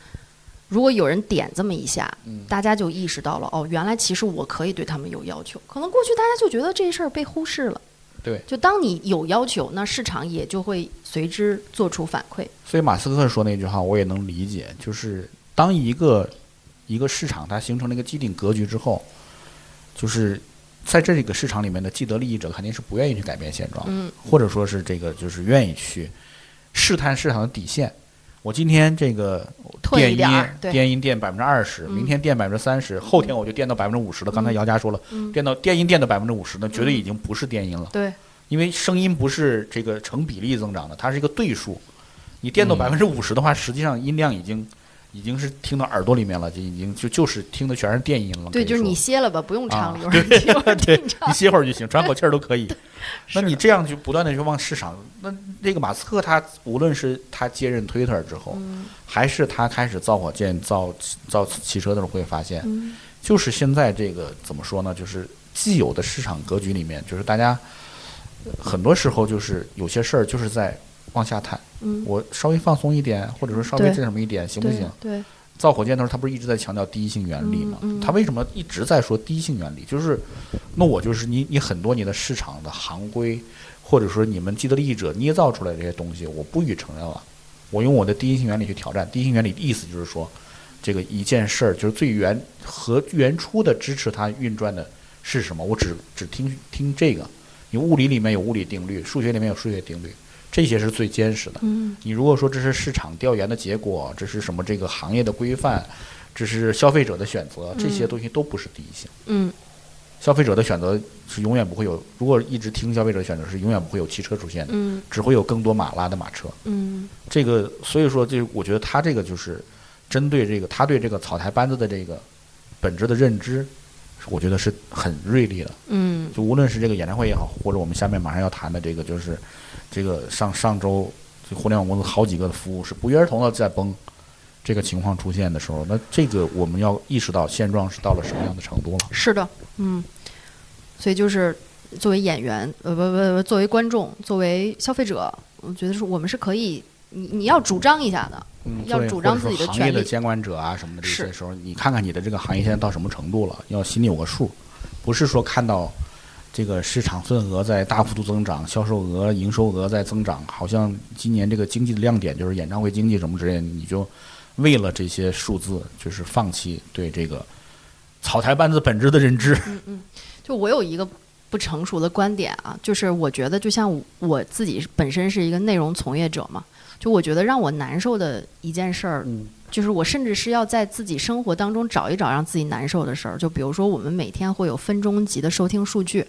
S3: 如果有人点这么一下，
S2: 嗯
S3: 大家就意识到了哦，原来其实我可以对他们有要求。可能过去大家就觉得这事儿被忽视了，
S2: 对。
S3: 就当你有要求，那市场也就会随之做出反馈。
S2: 所以马斯克说那句话，我也能理解，就是当一个一个市场它形成了一个既定格局之后，就是在这个市场里面的既得利益者肯定是不愿意去改变现状，
S3: 嗯，
S2: 或者说是这个就是愿意去试探市场的底线。我今天这个
S3: 退
S2: 电
S3: 一
S2: 音
S3: 点儿对嗯
S2: 电音电百分之二十，明天电百分之三十，后天我就电到百分之五十了。刚才姚佳说了，电到电音电到百分之五十，那绝对已经不是电音了。
S3: 嗯对，
S2: 因为声音不是这个成比例增长的，它是一个对数。你电到百分之五十的话，实际上音量已经已经是听到耳朵里面了，就已经就就是听的全是电音了。
S3: 对，
S2: 可以
S3: 就是
S2: 说 [laughs]
S3: 你歇了吧，不用唱
S2: 啊
S3: 了，有
S2: [laughs]
S3: 人听，有人
S2: 对
S3: 听唱
S2: 你。歇会儿就行，喘口气儿都
S3: [laughs]
S2: 可以。那
S3: 是
S2: 你这样去不断的去往市场，那这个马斯克他无论是他接任 Twitter 之
S3: 嗯
S2: 后，还是他开始造火箭、造造汽车的时候，会发现，
S3: 嗯
S2: 就是现在这个怎么说呢？就是既有的市场格局里面，就是大家呃很多时候就是有些事儿就是在往下探。
S3: 嗯
S2: 我稍微放松一点，或者说稍微
S3: 对
S2: 这什么一点，行不
S3: 对
S2: 行？
S3: 对，
S2: 造火箭的时候，他不是一直在强调第一性原理吗？
S3: 嗯嗯
S2: 他为什么一直在说第一性原理？就是，那我就是你，你很多你的市场的行规，或者说你们既得利益者捏造出来的这些东西，我不予承认了。我用我的第一性原理去挑战。第一性原理的意思就是说，这个一件事儿就是最原和原初的支持它运转的是什么？我只只听听这个。你物理里面有物理定律，数学里面有数学定律，这些是最坚实的。
S3: 嗯
S2: 你如果说这是市场调研的结果，这是什么这个行业的规范，这是消费者的选择，这些东西都不是第一性。
S3: 嗯，
S2: 消费者的选择是永远不会有，如果一直听消费者的选择，是永远不会有汽车出现的，
S3: 嗯
S2: 只会有更多马拉的马车。
S3: 嗯
S2: 这个所以说，这我觉得他这个就是针对这个他对这个草台班子的这个本质的认知，我觉得是很锐利的。
S3: 嗯
S2: 就无论是这个演唱会也好，或者我们下面马上要谈的这个，就是这个上上周这互联网公司好几个的服务是不约而同的在崩，这个情况出现的时候，那这个我们要意识到现状是到了什么样的程度了。
S3: 是的，嗯，所以就是作为演员，呃不不不，作为观众，作为消费者，我觉得是我们是可以，你你要主张一下的，
S2: 嗯
S3: 要
S2: 对
S3: 主张
S2: 或
S3: 自
S2: 者说
S3: 己的
S2: 行业
S3: 权
S2: 的
S3: 利
S2: 监管者啊什么的这些
S3: 是
S2: 时候，你看看你的这个行业现在到什么程度了，要心里有个数，不是说看到这个市场份额在大幅度增长，销售额、营收额在增长，好像今年这个经济的亮点就是演唱会经济什么之类的，你就为了这些数字，就是放弃对这个草台班子本质的认知。
S3: 嗯就我有一个不成熟的观点啊，就是我觉得就像我我自己本身是一个内容从业者嘛，就我觉得让我难受的一件事儿，
S2: 嗯
S3: 就是我甚至是要在自己生活当中找一找让自己难受的事儿，就比如说我们每天会有分钟级的收听数据，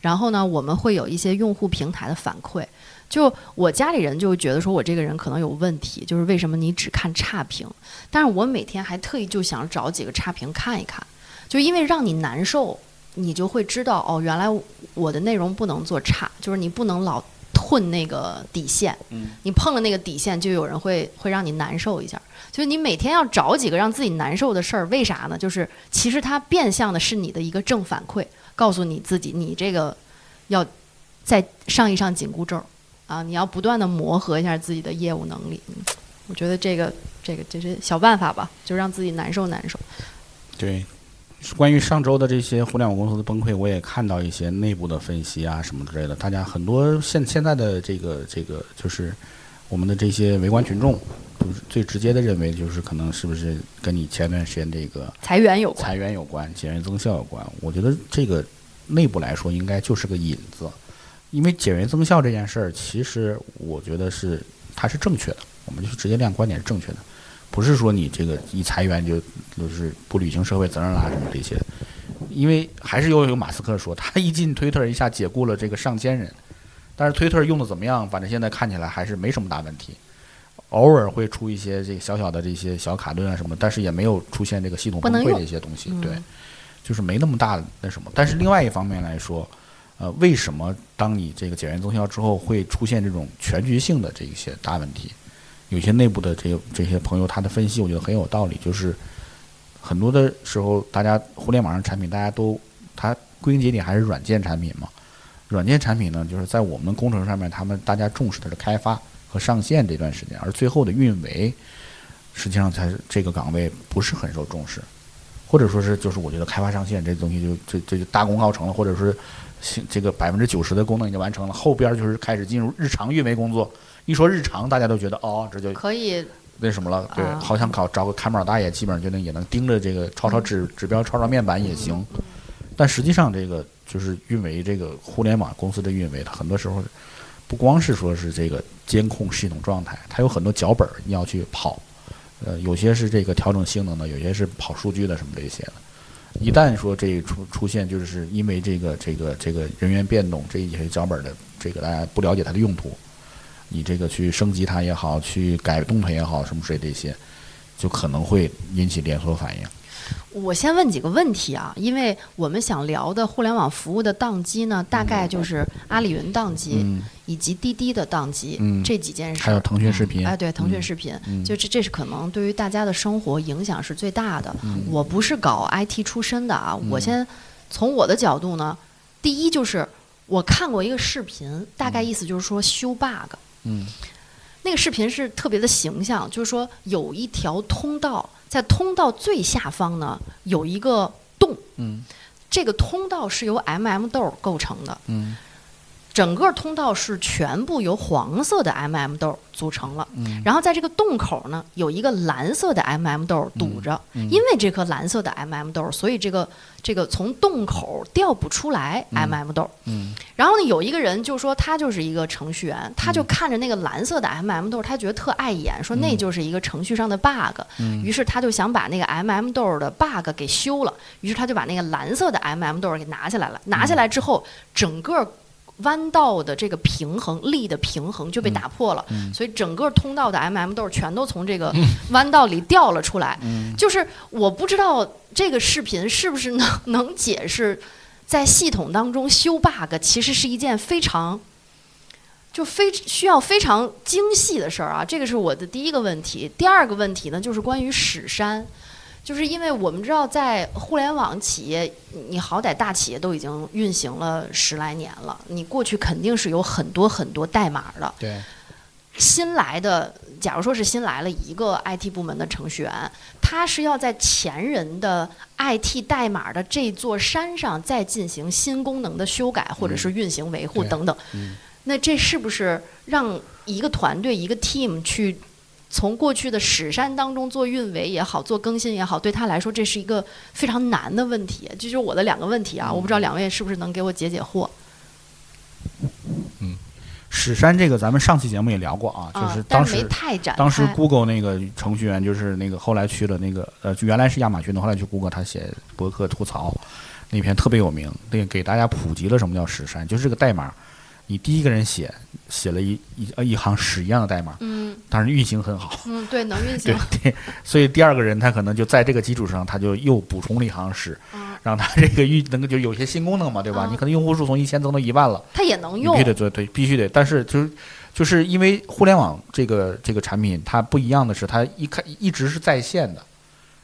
S3: 然后呢，我们会有一些用户平台的反馈。就我家里人就觉得说我这个人可能有问题，就是为什么你只看差评？但是我每天还特意就想找几个差评看一看，就因为让你难受，你就会知道哦，原来我的内容不能做差，就是你不能老吞那个底线，
S2: 嗯
S3: 你碰了那个底线，就有人会会让你难受一下。就是你每天要找几个让自己难受的事儿，为啥呢？就是其实它变相的是你的一个正反馈，告诉你自己，你这个要再上一上紧箍咒儿啊，你要不断的磨合一下自己的业务能力。嗯我觉得这个这个这是小办法吧，就让自己难受难受。
S2: 对，关于上周的这些互联网公司的崩溃，我也看到一些内部的分析啊什么之类的。大家很多现现在的这个这个就是我们的这些围观群众，就是最直接的认为就是可能是不是跟你前段时间这个
S3: 裁员有关，
S2: 裁员有关、减员增效有关。我觉得这个内部来说应该就是个引子，因为减员增效这件事儿，其实我觉得是它是正确的，我们就是直接亮观点是正确的，不是说你这个一裁员就就是不履行社会责任啦什么这些，因为还是又有马斯克说他一进推特一下解雇了这个上千人，但是推特用的怎么样，反正现在看起来还是没什么大问题。偶尔会出一些这个小小的这些小卡顿啊什么，但是也没有出现这个系统
S3: 不
S2: 崩
S3: 能
S2: 溃
S3: 用
S2: 的一些东西。
S3: 嗯
S2: 对，就是没那么大的那什么。但是另外一方面来说，呃，为什么当你这个减员增效之后会出现这种全局性的这一些大问题？有些内部的这些这些朋友他的分析，我觉得很有道理，就是很多的时候，大家互联网上产品，大家都它归根结底还是软件产品嘛。软件产品呢，就是在我们工程上面，他们大家重视的是开发和上线这段时间，而最后的运维，实际上才是这个岗位不是很受重视，或者说是就是我觉得开发上线这东西就这这就大功告成了，或者是行这个百分之九十的功能已经完成了，后边儿就是开始进入日常运维工作。一说日常，大家都觉得哦，这就
S3: 可以
S2: 那什么了，对，
S3: 啊
S2: 好想搞找个看板大爷，基本上就能也能盯着这个抄抄指指标、抄抄面板也行。但实际上，这个就是运维这个互联网公司的运维，它很多时候不光是说是这个监控系统状态，它有很多脚本儿你要去跑，呃，有些是这个调整性能的，有些是跑数据的什么这些的。一旦说这出出现，就是因为这个这个这个人员变动，这一些脚本儿的这个大家不了解它的用途，你这个去升级它也好，去改动它也好，什么之类这些，就可能会引起连锁反应。
S3: 我先问几个问题啊，因为我们想聊的互联网服务的宕机呢，大概就是阿里云宕机、
S2: 嗯
S3: 以及滴滴的宕机、
S2: 嗯
S3: 这几件事。
S2: 还有腾讯视频，嗯
S3: 哎，对，腾讯视频，就这，这是可能对于大家的生活影响是最大的。
S2: 嗯
S3: 我不是搞 IT 出身的啊，我先从我的角度呢，第一就是我看过一个视频，大概意思就是说修 bug，
S2: 嗯
S3: 那个视频是特别的形象，就是说有一条通道，在通道最下方呢有一个洞，
S2: 嗯
S3: 这个通道是由 MM 豆构成的，
S2: 嗯
S3: 整个通道是全部由黄色的 MM 豆组成了。
S2: 嗯
S3: 然后在这个洞口呢，有一个蓝色的 MM 豆堵着，
S2: 嗯
S3: 因为这颗蓝色的 MM 豆，所以这个这个从洞口掉不出来 MM 豆。
S2: 嗯
S3: 然后呢，有一个人就说他就是一个程序员，他就看着那个蓝色的 MM 豆，他觉得特碍眼，
S2: 嗯
S3: 说那就是一个程序上的 bug，、于是他就想把那个 MM 豆的 bug 给修了，于是他就把那个蓝色的 MM 豆给拿下来了，拿下来之后，整个。弯道的这个平衡力的平衡就被打破了，所以整个通道的 MM 豆全都从这个弯道里掉了出来。就是我不知道这个视频是不是能能解释在系统当中修 bug 其实是一件非常就非需要非常精细的事儿啊，这个是我的第一个问题。第二个问题呢，就是关于屎山，就是因为我们知道在互联网企业，你你好歹大企业都已经运行了十来年了，你过去肯定是有很多很多代码的，
S2: 对，
S3: 新来的，假如说是新来了一个 IT 部门的程序员，他是要在前人的 IT 代码的这座山上再进行新功能的修改，或者是运行维护
S2: 嗯对嗯
S3: 等等。那这是不是让一个团队、一个 team 去从过去的史山当中做运维也好，做更新也好，对他来说这是一个非常难的问题？这就是我的两个问题啊，我不知道
S2: 嗯
S3: 两位是不是能给我解解惑？
S2: 史山这个咱们上期节目也聊过啊，就
S3: 啊，
S2: 当
S3: 但是
S2: 时
S3: 没太展开。
S2: 当时 Google 那个程序员就是那个后来去了那个呃，就原来是亚马逊的，后来去 Google 他写博客吐槽那篇特别有名，那个给大家普及了什么叫屎山，就是这个代码，你第一个人写写了一一呃一行屎一样的代码，
S3: 嗯
S2: 当然运行很好，
S3: 嗯，对，能运行
S2: 对。对，所以第二个人他可能就在这个基础上，他就又补充了一行屎，
S3: 嗯
S2: 让他这个运能够就有些新功能嘛，对吧？
S3: 嗯
S2: 你可能用户数从一千增到一万了，
S3: 它也能
S2: 你
S3: 用
S2: 必须，得做，对，必须得。但是就是就是因为互联网这个这个产品，它不一样的是，它一开一直是在线的，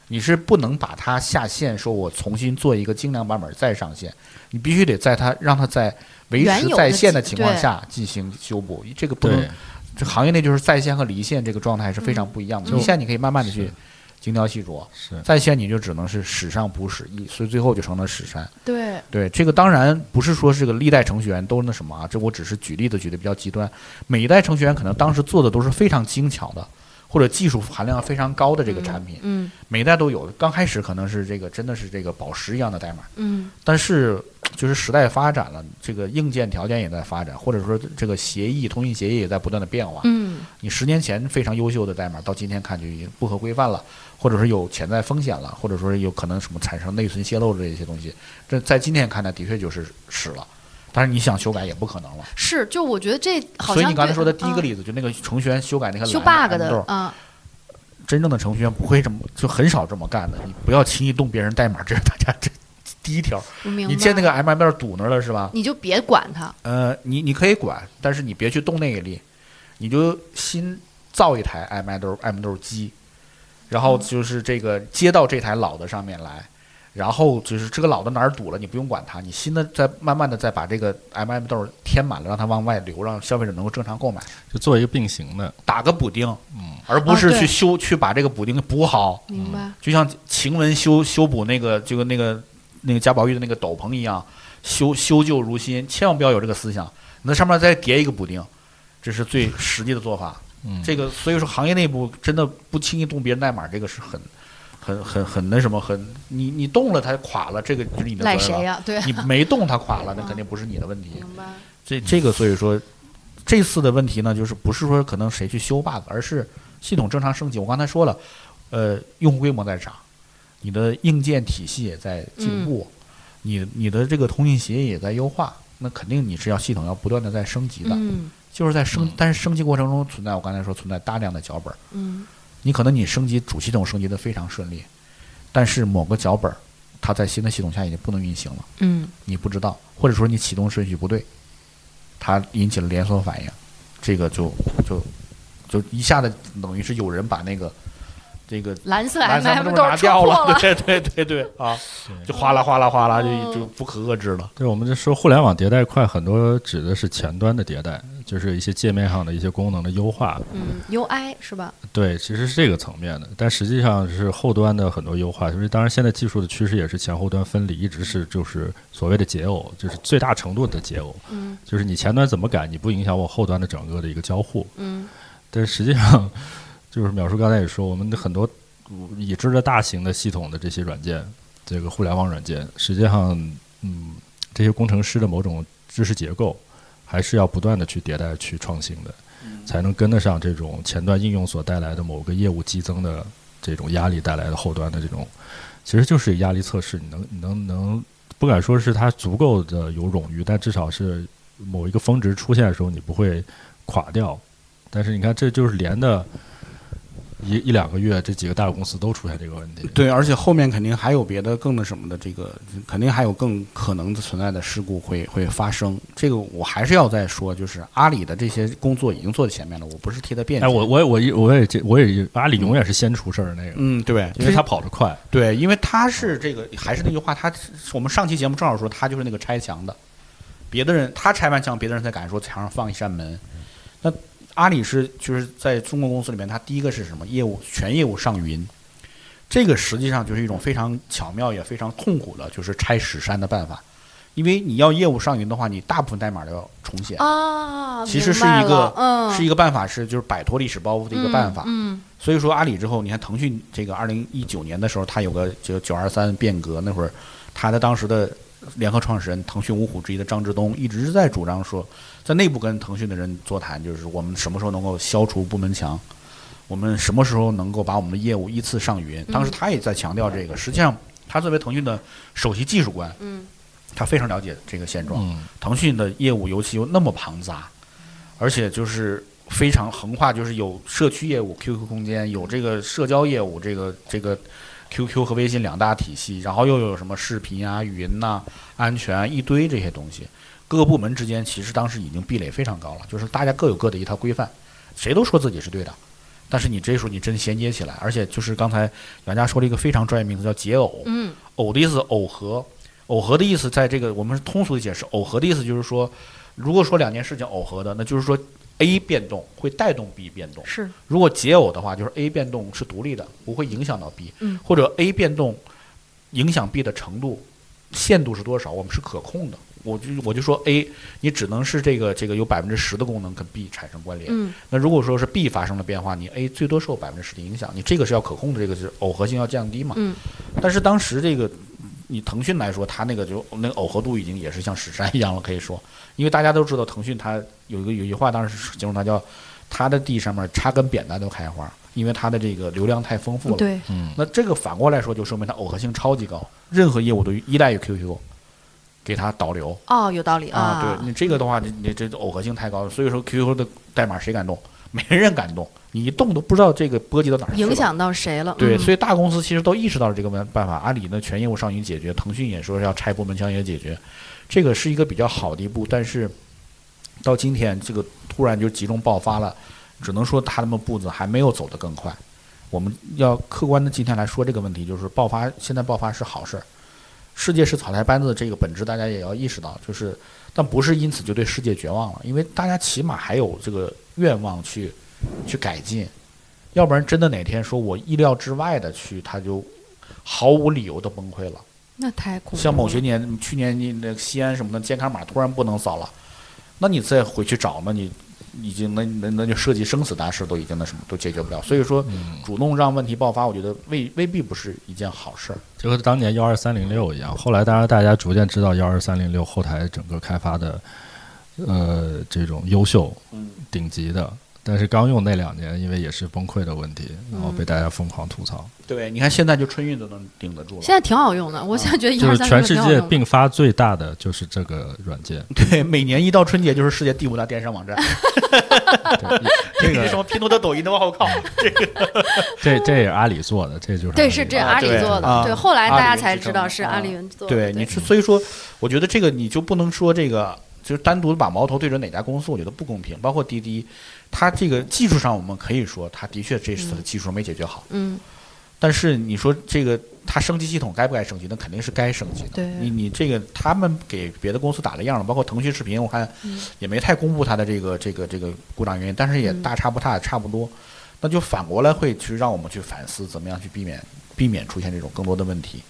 S2: 你是不能把它下线，说我重新做一个精良版本再上线，你必须得在它让它在维
S3: 原
S2: 持
S3: 有的
S2: 在线
S3: 基
S2: 的情况
S3: 对
S2: 下进行修补，这个不能
S4: 对，
S2: 这行业内就是在线和离线这个状态是非常不一样的。
S3: 嗯
S2: 离线你可以慢慢的去
S4: 是
S2: 精雕细琢，
S4: 是
S2: 在线你就只能是史上补史一，所以最后就成了史山。
S3: 对，
S2: 对，这个当然不是说这个历代程序员都那什么啊，这我只是举例子举的比较极端。每一代程序员可能当时做的都是非常精巧的，或者技术含量非常高的这个产品，
S3: 嗯
S2: 每一代都有。刚开始可能是这个真的是这个宝石一样的代码，
S3: 嗯
S2: 但是就是时代发展了，这个硬件条件也在发展，或者说这个协议通信协议也在不断的变化。
S3: 嗯
S2: 你十年前非常优秀的代码，到今天看就已经不合规范了，或者是有潜在风险了，或者说有可能什么产生内存泄露这些东西，这在今天看来的确就是屎了。但是你想修改也不可能了。
S3: 是，就我觉得这好像
S2: 所以你刚才
S3: 对
S2: 说的第一个
S3: 嗯
S2: 例子，就那个程序员修改那个
S3: 修
S2: 蓝
S3: bug
S2: 的
S3: 的
S2: Android，
S3: 啊，
S2: 真正的程序员不会这么，就很少这么干的。你不要轻易动别人代码，这是大家这
S5: 第一条，
S3: 我明白。
S5: 你见那个 M 面堵那儿了是吧？
S3: 你就别管它，
S5: 呃，你你可以管，但是你别去动那个力，你就新造一台 M 豆 M 豆机，然后就是这个接到这台老的上面来，然后就是这个老的哪儿堵了，你不用管它，你新的再慢慢的再把这个 M M 豆填满了，让它往外流，让消费者能够正常购买，
S4: 就做一个并行的，
S5: 打个补丁，
S4: 嗯，
S5: 而不是
S3: 对
S5: 去修、去把这个补丁补好，
S3: 明
S2: 嗯
S3: 白？
S5: 就像晴雯修修补那个这个那个那个贾宝玉的那个斗篷一样，修修旧如新，千万不要有这个思想。你在上面再叠一个补丁，这是最实际的做法。
S4: 嗯
S5: 这个所以说行业内部真的不轻易动别人代码，这个是很很很很那什么，很你你动了它垮了，这个就是你的责
S3: 赖
S5: 任
S3: 谁
S5: 了。
S3: 呀、对，
S5: 你没动它垮了，那肯定不是你的问题。
S3: 明白。
S5: 这这个所以说，这次的问题呢，就是不是说可能谁去修 bug，而是系统正常升级。我刚才说了，呃，用户规模在涨，你的硬件体系也在进步，你你的这个通信协议也在优化，那肯定你是要系统要不断的在升级的，
S3: 嗯
S5: 就是在升
S4: 嗯，
S5: 但是升级过程中存在我刚才说存在大量的脚本，
S3: 嗯
S5: 你可能你升级主系统升级的非常顺利，但是某个脚本它在新的系统下已经不能运行了。
S3: 嗯，
S5: 你不知道，或者说你启动顺序不对，它引起了连锁反应，这个就就就一下子等于是有人把那个这
S3: [laughs]
S5: 个
S3: 蓝色
S5: 蓝
S3: M
S5: 山
S3: M
S5: 不
S3: 都
S5: 拿
S3: 戳
S5: 掉
S3: 破
S5: 了，
S2: [laughs]
S3: 了，哦
S5: 对 [laughs] 对对对啊，就哗啦哗啦哗啦，就就不可遏制了。
S4: 对，我们就说互联网迭代快，很多指的是前端的迭代，就是一些界面上的一些功能的优化。
S3: 嗯，UI 是吧？
S4: 对，其实是这个层面的，但实际上是后端的很多优化。就是当然，现在技术的趋势也是前后端分离，一直是就是所谓的解耦，就是最大程度的解耦，
S3: 嗯
S4: 就是你前端怎么改，你不影响我后端的整个的一个交互。
S3: 嗯
S4: 但实际上，就是淼叔刚才也说，我们的很多已知的大型的系统的这些软件，这个互联网软件，实际上，嗯，这些工程师的某种知识结构，还是要不断的去迭代、去创新的，才能跟得上这种前端应用所带来的某个业务激增的这种压力带来的后端的这种，其实就是压力测试，你能你能能不敢说是它足够的有冗余，但至少是某一个峰值出现的时候，你不会垮掉。但是你看，这就是连的一一两个月，这几个大公司都出现这个问题。
S2: 对，而且后面肯定还有别的更那什么的，这个肯定还有更可能的存在的事故会会发生。这个我还是要再说，就是阿里的这些工作已经做在前面了，我不是替他辩解。
S4: 哎，我我我也我也这我也阿里
S3: 嗯
S4: 永远是先出事儿的那个，
S2: 嗯，对，
S4: 因为他跑得快。
S2: 对，因为他是这个，还是那句话，他是我们上期节目正好说，他就是那个拆墙的，别的人他拆完墙，别的人才敢说墙上放一扇门。那阿里是就是在中国公司里面，他第一个是什么？业务全业务上云，这个实际上就是一种非常巧妙也非常痛苦的，就是拆屎山的办法。因为你要业务上云的话，你大部分代码都要重写，
S3: 啊，
S2: 其实是
S3: 明白
S2: 一个
S3: 了嗯
S2: 是一个办法，是就是摆脱历史包袱的一个办法。
S3: 嗯
S2: 所以说阿里之后，你看腾讯这个二零一九年的时候，它有个就九二三变革那会儿，它的当时的联合创始人腾讯五虎之一的张志东一直是在主张说，在内部跟腾讯的人座谈，就是我们什么时候能够消除部门墙，我们什么时候能够把我们的业务依次上云。当时他也在强调这个，实际上他作为腾讯的首席技术官，
S3: 嗯
S2: 他非常了解这个现状。
S4: 嗯，
S2: 腾讯的业务尤其又那么庞杂，而且就是非常横跨，就是有社区业务 QQ 空间，有这个社交业务，这个这个 QQ 和微信两大体系，然后又有什么视频啊、语音呐、安全、啊、一堆这些东西，各个部门之间其实当时已经壁垒非常高了，就是大家各有各的一套规范，谁都说自己是对的。但是你这时候你真衔接起来，而且就是刚才杨佳说了一个非常专业名词叫解耦，
S3: 嗯
S2: 耦的意思是耦合，耦合的意思在这个我们是通俗的解释，耦合的意思就是说，如果说两件事情耦合的，那就是说 A 变动会带动 B 变动；
S3: 是
S2: 如果解耦的话，就是 A 变动是独立的，不会影响到 B，、
S3: 嗯
S2: 或者 A 变动影响 B 的程度限度是多少，我们是可控的。我就我就说 A，你只能是这个这个有百分之十的功能跟 B 产生关联。
S3: 嗯
S2: 那如果说是 B 发生了变化，你 A 最多受百分之十的影响，你这个是要可控的，这个是耦合性要降低嘛。
S3: 嗯
S2: 但是当时这个以腾讯来说，它那个就嗯那个耦合度已经也是像史山一样了，可以说，因为大家都知道腾讯它有一个有一句话，当时形容它叫它的地上面插根扁担都开花，因为它的这个流量太丰富了。
S3: 嗯对
S2: 那这个反过来说，就说明它耦合性超级高，任何业务都依赖于 QQ 给它导流。
S3: 哦有道理
S2: 啊对你这个的话，你你这耦合性太高了，所以说 QQ 的代码谁敢动？没人敢动，你一动都不知道这个波及到哪儿去了
S3: 影响到谁了？
S2: 对，
S3: 嗯
S2: 所以大公司其实都意识到了这个办办法，阿里呢全业务上云解决，腾讯也说是要拆部门墙也解决，这个是一个比较好的一步，但是到今天这个突然就集中爆发了，只能说他们步子还没有走得更快。我们要客观的今天来说这个问题，就是爆发现在爆发是好事儿，世界是草台班子这个本质大家也要意识到，就是但不是因此就对世界绝望了，因为大家起码还有这个愿望去去改进。要不然真的哪天说我意料之外的去，他就毫无理由的崩溃了。
S3: 那太恐怖了。
S2: 像某些年，去年你那西安什么的健康码突然不能扫了，那你再回去找，那你已经那那那就涉及生死大事，都已经那什么都解决不了。所以说，
S3: 嗯
S2: 主动让问题爆发，我觉得未未必不是一件好事儿。
S4: 就和当年幺二三零六一样，后来当然大家逐渐知道幺二三零六后台整个开发的，呃，这种优秀、顶级的，但是刚用那两年，因为也是崩溃的问题，然
S3: 嗯
S4: 后被大家疯狂吐槽。
S2: 对，你看现在就春运都能顶得住了
S3: 现。在挺好用的，我现在觉得一
S4: 就
S3: 二
S4: 是
S3: 三
S4: 全
S3: 六
S4: 世
S3: 挺好
S4: 界
S3: 用的
S4: 并发最大的就是这个软
S3: [laughs]
S4: 件，
S2: 对，每年一到春节就是世界第五大电商网站， [laughs]
S4: 这
S2: 什
S4: 个
S2: 么拼多多、抖音的，我靠！
S4: 这这也是阿里做的，这就是
S3: 对，是这
S4: 阿里
S3: 阿里
S2: 对
S3: 做的，
S2: 啊
S3: 对，后来
S2: 阿
S3: 大
S2: 里
S3: 家才
S2: 云支
S3: 知
S2: 撑
S3: 道
S2: 的
S3: 是
S2: 啊
S3: 阿里云做的。
S2: 对，你是所以说，我觉得这个你就不能说这个就是单独地把矛头对准哪家公司，我觉得不公平。包括滴滴，它这个技术上我们可以说，它的确这次的技术没解决好，
S3: 嗯，
S2: 但是你说这个它升级系统该不该升级？那肯定是该升级的。
S3: 对
S2: 你你这个他们给别的公司打了样了，包括腾讯视频，我看也没太公布它的这个这个这个故障原因，但是也
S3: 嗯
S2: 大差不差，差不多。那就反过来会去让我们去反思，怎么样去避免避免出现这种更多的问题。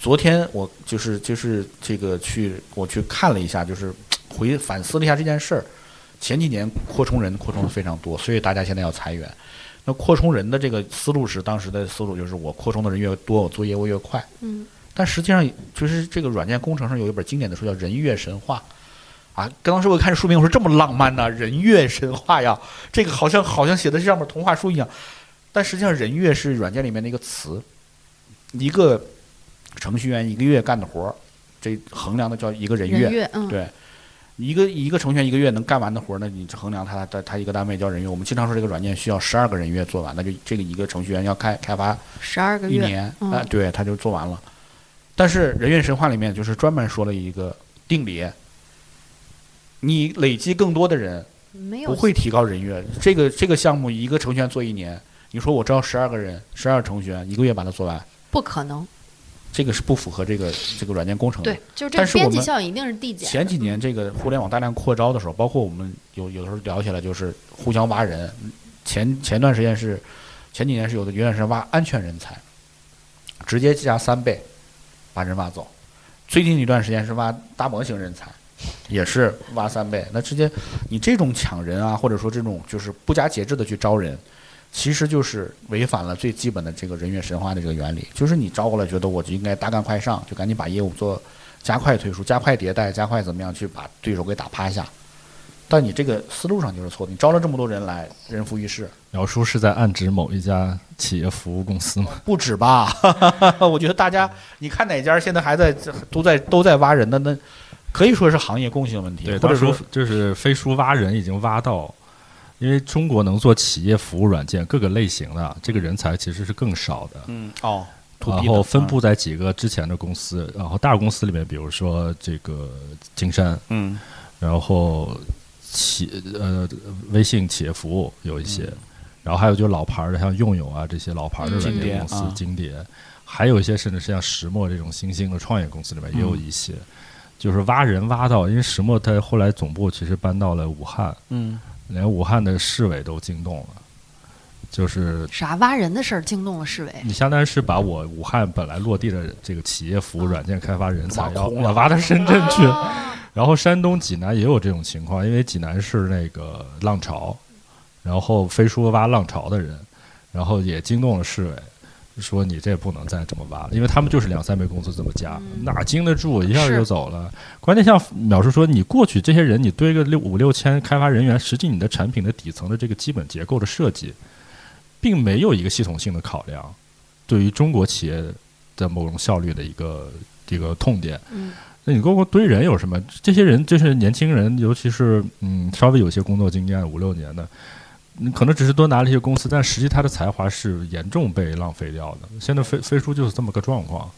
S2: 昨天我就是就是这个去我去看了一下，就是回反思了一下这件事儿。前几年扩充人扩充的非常多，所以大家现在要裁员。那扩充人的这个思路是当时的思路，就是我扩充的人越多，我做业务越快。
S3: 嗯。
S2: 但实际上，就是这个软件工程上有一本经典的书叫《人月神话》，啊，当时我看这书名，我说这么浪漫呢、人月神话呀，这个好像好像写的像本童话书一样。但实际上，人月是软件里面的一个词，一个程序员一个月干的活儿，这衡量的叫一个人月
S3: 人。月，嗯，
S2: 对，一个一个程序员一个月能干完的活儿，那你衡量他他他一个单位叫人月。我们经常说这个软件需要十二个人月做完，那就这个一个程序员要开开发
S3: 十二个
S2: 一
S3: 月，
S2: 年啊、
S3: 嗯
S2: 对，他就做完了。但是《人猿神话》里面就是专门说了一个定理，你累积更多的人
S3: 没有
S2: 不会提高人月。这个这个项目一个程序员做一年，你说我招十二个人，十二程序员一个月把它做完，
S3: 不可能，
S2: 这个是不符合这个这个软件工程的。
S3: 对，就是这
S2: 嗯但
S3: 个
S2: 是
S3: 边
S2: 我
S3: 际
S2: 们
S3: 效应一定是递减的。
S2: 前几年这个互联网大量扩招的时候，包括我们有有的时候聊起来就是互相挖人。前前段时间是前几年是有的，永远是挖安全人才，直接加三倍把人挖走。最近一段时间是挖大模型人才，也是挖三倍。那直接你这种抢人啊，或者说这种就是不加节制的去招人，其实就是违反了最基本的这个人员神话的这个原理，就是你招过来觉得我就应该大干快上，就赶紧把业务做加快推出、加快迭代、加快怎么样去把对手给打趴下。但你这个思路上就是错的，你招了这么多人来，人浮于事，
S4: 苗叔是在暗指某一家企业服务公司吗？
S2: 不止吧？ [laughs] 我觉得大家，你看哪家现在还在都在都在挖人的，那可以说是行业共性问题，
S4: 对，
S2: 或者
S4: 当
S2: 说
S4: 时就是飞书挖人已经挖到，因为中国能做企业服务软件各个类型的这个人才其实是更少的，
S2: 嗯哦，to B
S4: 然
S2: 的
S4: 呃后分布在几个之前的公司，然后大公司里面，比如说这个金山，
S2: 嗯
S4: 然后企呃微信企业服务有一些，然后还有就老牌儿的，像用友啊这些老牌儿的
S3: 嗯
S4: 软
S3: 金
S4: 件
S2: 蝶
S4: 公司
S2: 啊，
S4: 金蝶，还有一些甚至是像石墨这种新兴的创业公司里面也有一些，就是挖人挖到，因为石墨它后来总部其实搬到了武汉，
S2: 嗯，
S4: 连武汉的市委都惊动了，就是
S3: 啥挖人的事儿惊动了市委，
S4: 你相当于是把我武汉本来落地的这个企业服务软件开发人才
S2: 挖
S4: 要
S2: 空了
S4: 要挖到深圳去， [laughs] 然后山东济南也有这种情况，因为济南是那个浪潮，然后飞书挖浪潮的人，然后也惊动了市委，说你这不能再这么挖了，因为他们就是两三倍工资这么加，哪经得住一下
S3: 是
S4: 就走了。关键像淼叔说，你过去这些人，你堆个六五六千开发人员，实际你的产品的底层的这个基本结构的设计，并没有一个系统性的考量，对于中国企业的某种效率的一个一个痛点。
S3: 嗯
S4: 那你光光堆人有什么？这些人就是年轻人，尤其是嗯稍微有些工作经验五六年的，嗯可能只是多拿了一些公司，但实际他的才华是严重被浪费掉的。现在飞飞书就是这么个状况，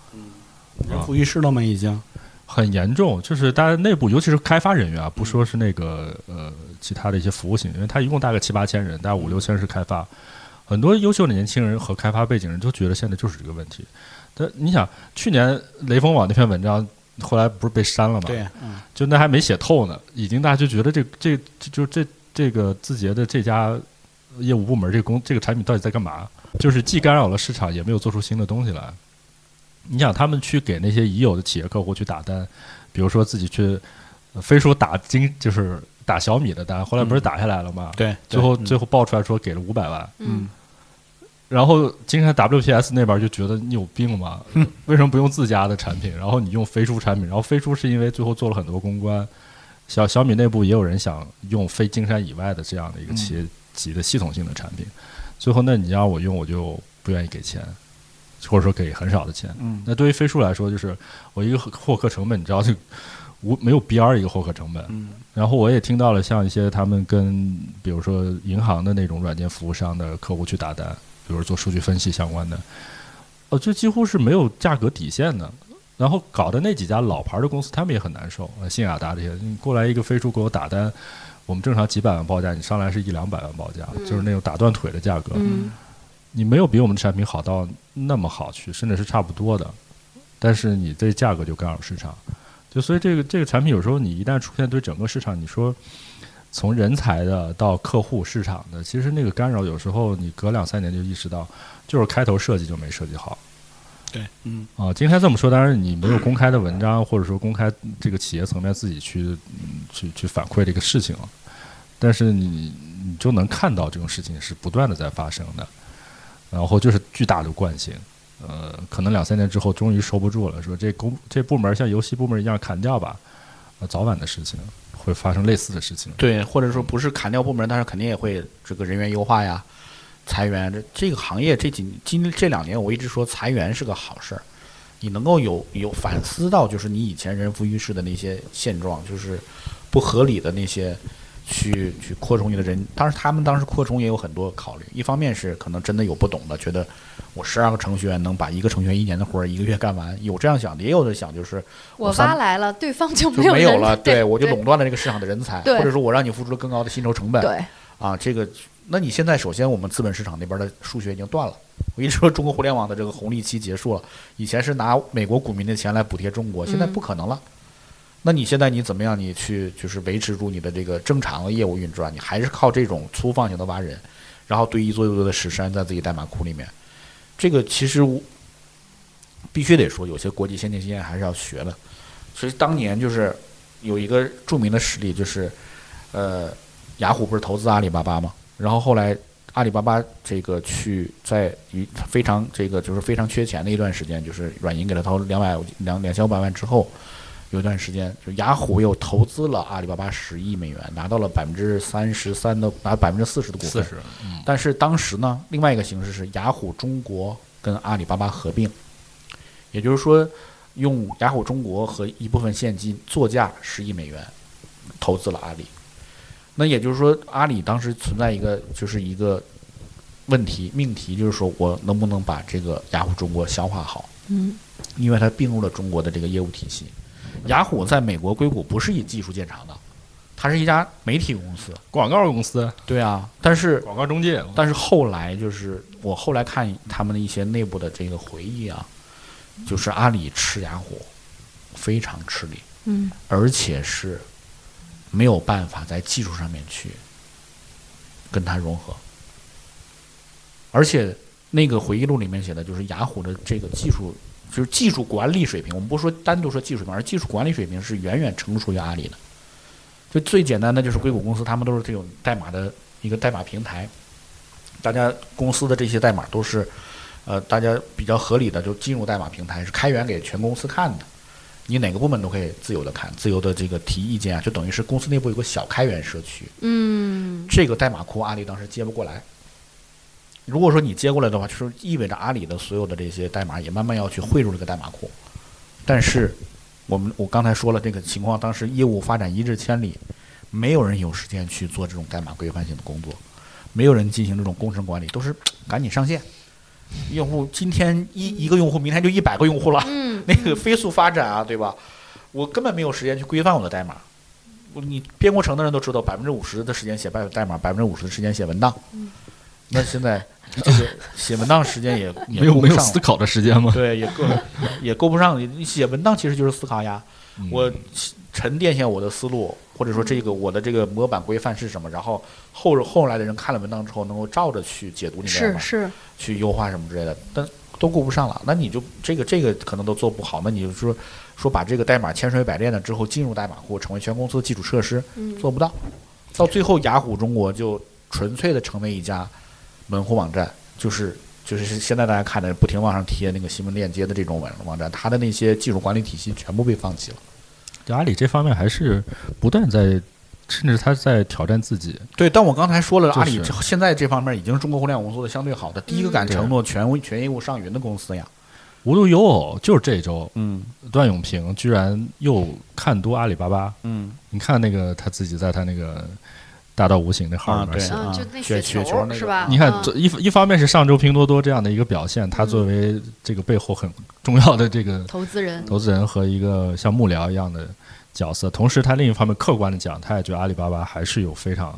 S6: 人浮于事了吗？已经
S4: 很严重。就是大家内部，尤其是开发人员啊，不说是那个呃其他的一些服务型，因为他一共大概七八千人，大概五六千是开发，很多优秀的年轻人和开发背景人都觉得现在就是这个问题。但你想，去年雷锋网那篇文章后来不是被删了吗？
S6: 对，嗯，
S4: 就那还没写透呢，已经大家就觉得这这这就这这个字节的这家业务部门这个公这个产品到底在干嘛？就是既干扰了市场，也没有做出新的东西来。你想，他们去给那些已有的企业客户去打单，比如说自己去呃飞书打金，就是打小米的单，后来不是打下来了吗？
S6: 嗯对，嗯
S4: 最后最
S6: 后，
S4: 后爆出来说给了五百万，
S6: 嗯，
S4: 然后经常 WPS 那边就觉得你有病吗？ [laughs] 为什么不用自家的产品？然后你用飞书产品，然后飞书是因为最后做了很多公关，小小米内部也有人想用非金山以外的这样的一个企业级的系统性的产品，最后那你让我用，我就不愿意给钱，或者说给很少的钱。
S6: 嗯
S4: 那对于飞书来说，就是我一个获客成本，你知道就无没有 BR 一个获客成本。
S6: 嗯
S4: 然后我也听到了像一些他们跟比如说银行的那种软件服务商的客户去打单，比如做数据分析相关的，哦，这几乎是没有价格底线的。然后搞的那几家老牌的公司，他们也很难受，呃，信雅达这些，你过来一个飞书给我打单，我们正常几百万报价，你上来是一两百万报价，就是那种打断腿的价格。
S3: 嗯
S4: 你没有比我们的产品好到那么好去，甚至是差不多的，但是你这价格就干扰市场，就所以这个这个产品有时候你一旦出现对整个市场，你说从人才的到客户市场的，其实那个干扰有时候你隔两三年就意识到，就是开头设计就没设计好
S6: 对，嗯
S4: 啊。今天这么说，当然你没有公开的文章，或者说公开这个企业层面自己去嗯去去反馈这个事情啊，但是你你就能看到这种事情是不断的在发生的。然后就是巨大的惯性，呃，可能两三年之后终于收不住了，说这公这部门像游戏部门一样砍掉吧，呃，早晚的事情会发生类似的事情。
S2: 对，或者说不是砍掉部门，但是肯定也会这个人员优化呀、裁员。这这个行业这几今这两年，我一直说裁员是个好事儿，你能够有有反思到，就是你以前人浮于事的那些现状，就是不合理的那些去去扩充你的人。当时他们当时扩充也有很多考虑，一方面是可能真的有不懂的，觉得我十二个程序员能把一个程序员一年的活儿一个月干完，有这样想的，也有的想就是
S3: 我
S2: 三
S3: 挖来了，对方就
S2: 就
S3: 没有
S2: 没
S3: 人
S2: 有了，
S3: 对
S2: 我就
S3: 对
S2: 垄断了这个市场的人才，
S3: 对
S2: 或者说我让你付出了更高的薪酬成本，
S3: 对，
S2: 啊，这个，那你现在首先我们资本市场那边的数学已经断了。我一直说中国互联网的这个红利期结束了，以前是拿美国股民的钱来补贴中国，现在不可能了。那你现在你怎么样？你去就是维持住你的这个正常的业务运啊转，你还是靠这种粗放型的挖人，然后堆一座又一座的石山在自己代码库里面。这个其实我必须得说，有些国际先进经验还是要学的。所以当年就是有一个著名的实例，就是呃，雅虎不是投资阿里巴巴吗？然后后来阿里巴巴这个去在一非常这个就是非常缺钱的一段时间，就是软银给他投两百两两千五百万之后，有一段时间就雅虎又投资了阿里巴巴十亿美元，拿到了百分之三十三的拿百分之四十的股份。
S4: 四十，嗯，
S2: 但是当时呢，另外一个形式是雅虎中国跟阿里巴巴合并，也就是说，用雅虎中国和一部分现金作价十亿美元投资了阿里。那也就是说，阿里当时存在一个就是一个问题命题，就是说我能不能把这个雅虎中国消化好？
S3: 嗯
S2: 因为它并入了中国的这个业务体系。雅虎在美国硅谷不是以技术见长的，它是一家媒体公司。
S4: 广告公司，
S2: 对啊，但是
S4: 广告中介，
S2: 但是后来就是我后来看他们的一些内部的这个回忆啊，就是阿里吃雅虎非常吃力，
S3: 嗯
S2: 而且是没有办法在技术上面去跟它融合，而且那个回忆录里面写的就是雅虎的这个技术。就是技术管理水平，我们不说单独说技术水平，而技术管理水平是远远成熟于阿里的。就最简单的就是硅谷公司，他们都是这种代码的一个代码平台，大家公司的这些代码都是，呃，大家比较合理的就进入代码平台是开源给全公司看的，你哪个部门都可以自由的看，自由的这个提意见啊，就等于是公司内部有个小开源社区，
S3: 嗯
S2: 这个代码库阿里当时接不过来。如果说你接过来的话，就是意味着阿里的所有的这些代码也慢慢要去汇入这个代码库。但是，我们我刚才说了这个情况，当时业务发展一日千里，没有人有时间去做这种代码规范性的工作，没有人进行这种工程管理，都是赶紧上线。用户今天一一个用户，明天就一百个用户了，
S3: 嗯，
S2: [laughs] 那个飞速发展啊，对吧？我根本没有时间去规范我的代码。我你编过程的人都知道，百分之五十的时间写代代码，百分之五十的时间写文档。那现在这个写文档时
S4: [laughs]
S2: 间也也
S4: 没有
S2: 顾不
S4: 没有
S2: 上
S4: 思考的时间吗？
S2: 对，也够也够不上。你写文档其实就是思考呀，
S4: 嗯
S2: 我沉淀一下我的思路，或者说这个我的这个模板规范是什么，然后后后来的人看了文档之后，能够照着去解读你的代
S3: 是
S2: 码，
S3: 是，
S2: 去优化什么之类的，但都顾不上了。那你就这个这个可能都做不好，那你就说说把这个代码千锤百炼了之后进入代码库，成为全公司的基础设施，
S3: 嗯
S2: 做不到。到最后，雅虎中国就纯粹的成为一家门户网站，就是就是现在大家看的不停往上贴那个新闻链接的这种网网站，它的那些技术管理体系全部被放弃了。
S4: 就阿里这方面还是不断在，甚至他在挑战自己。
S2: 对，但我刚才说了，
S4: 就是嗯
S2: 阿里这现在这方面已经是中国互联网公司做的相对好的，第一个敢
S4: 对
S2: 承诺全无全业务上云的公司呀。
S4: 无独有偶，就是这周，
S2: 嗯
S4: 段永平居然又看多阿里巴巴。
S2: 嗯，
S4: 你看那个他自己在他那个大道无形那号
S2: 啊
S4: 里面
S2: 对
S4: 写的，
S3: 嗯，就
S2: 啊
S3: 那
S2: 雪
S3: 球
S2: 雪球那
S3: 是
S2: 个
S3: 吧？
S4: 你看
S3: 嗯，
S4: 这一一方面是上周拼多多这样的一个表现，他作为这个背后很重要的这个
S3: 投资人，
S4: 投资人和一个像幕僚一样的角色，同时他另一方面客观的讲，他也觉得阿里巴巴还是有非常，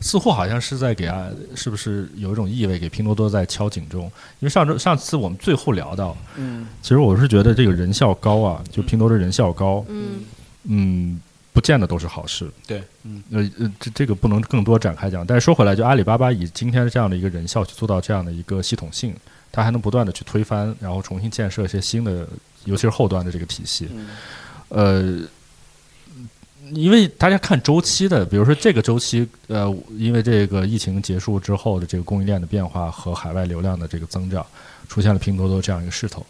S4: 似乎好像是在给啊，是不是有一种意味给拼多多在敲警钟？因为上周上次我们最后聊到，
S6: 嗯，
S4: 其实我是觉得这个人效高啊，就拼多多人效高，
S3: 嗯
S4: 嗯，不见得都是好事。
S6: 对，
S4: 嗯，呃呃，这这个不能更多展开讲。但是说回来，就阿里巴巴以今天这样的一个人效去做到这样的一个系统性，它还能不断的去推翻，然后重新建设一些新的，尤其是后端的这个体系。呃，因为大家看周期的，比如说这个周期，呃，因为这个疫情结束之后的这个供应链的变化和海外流量的这个增长，出现了拼多多这样一个势头。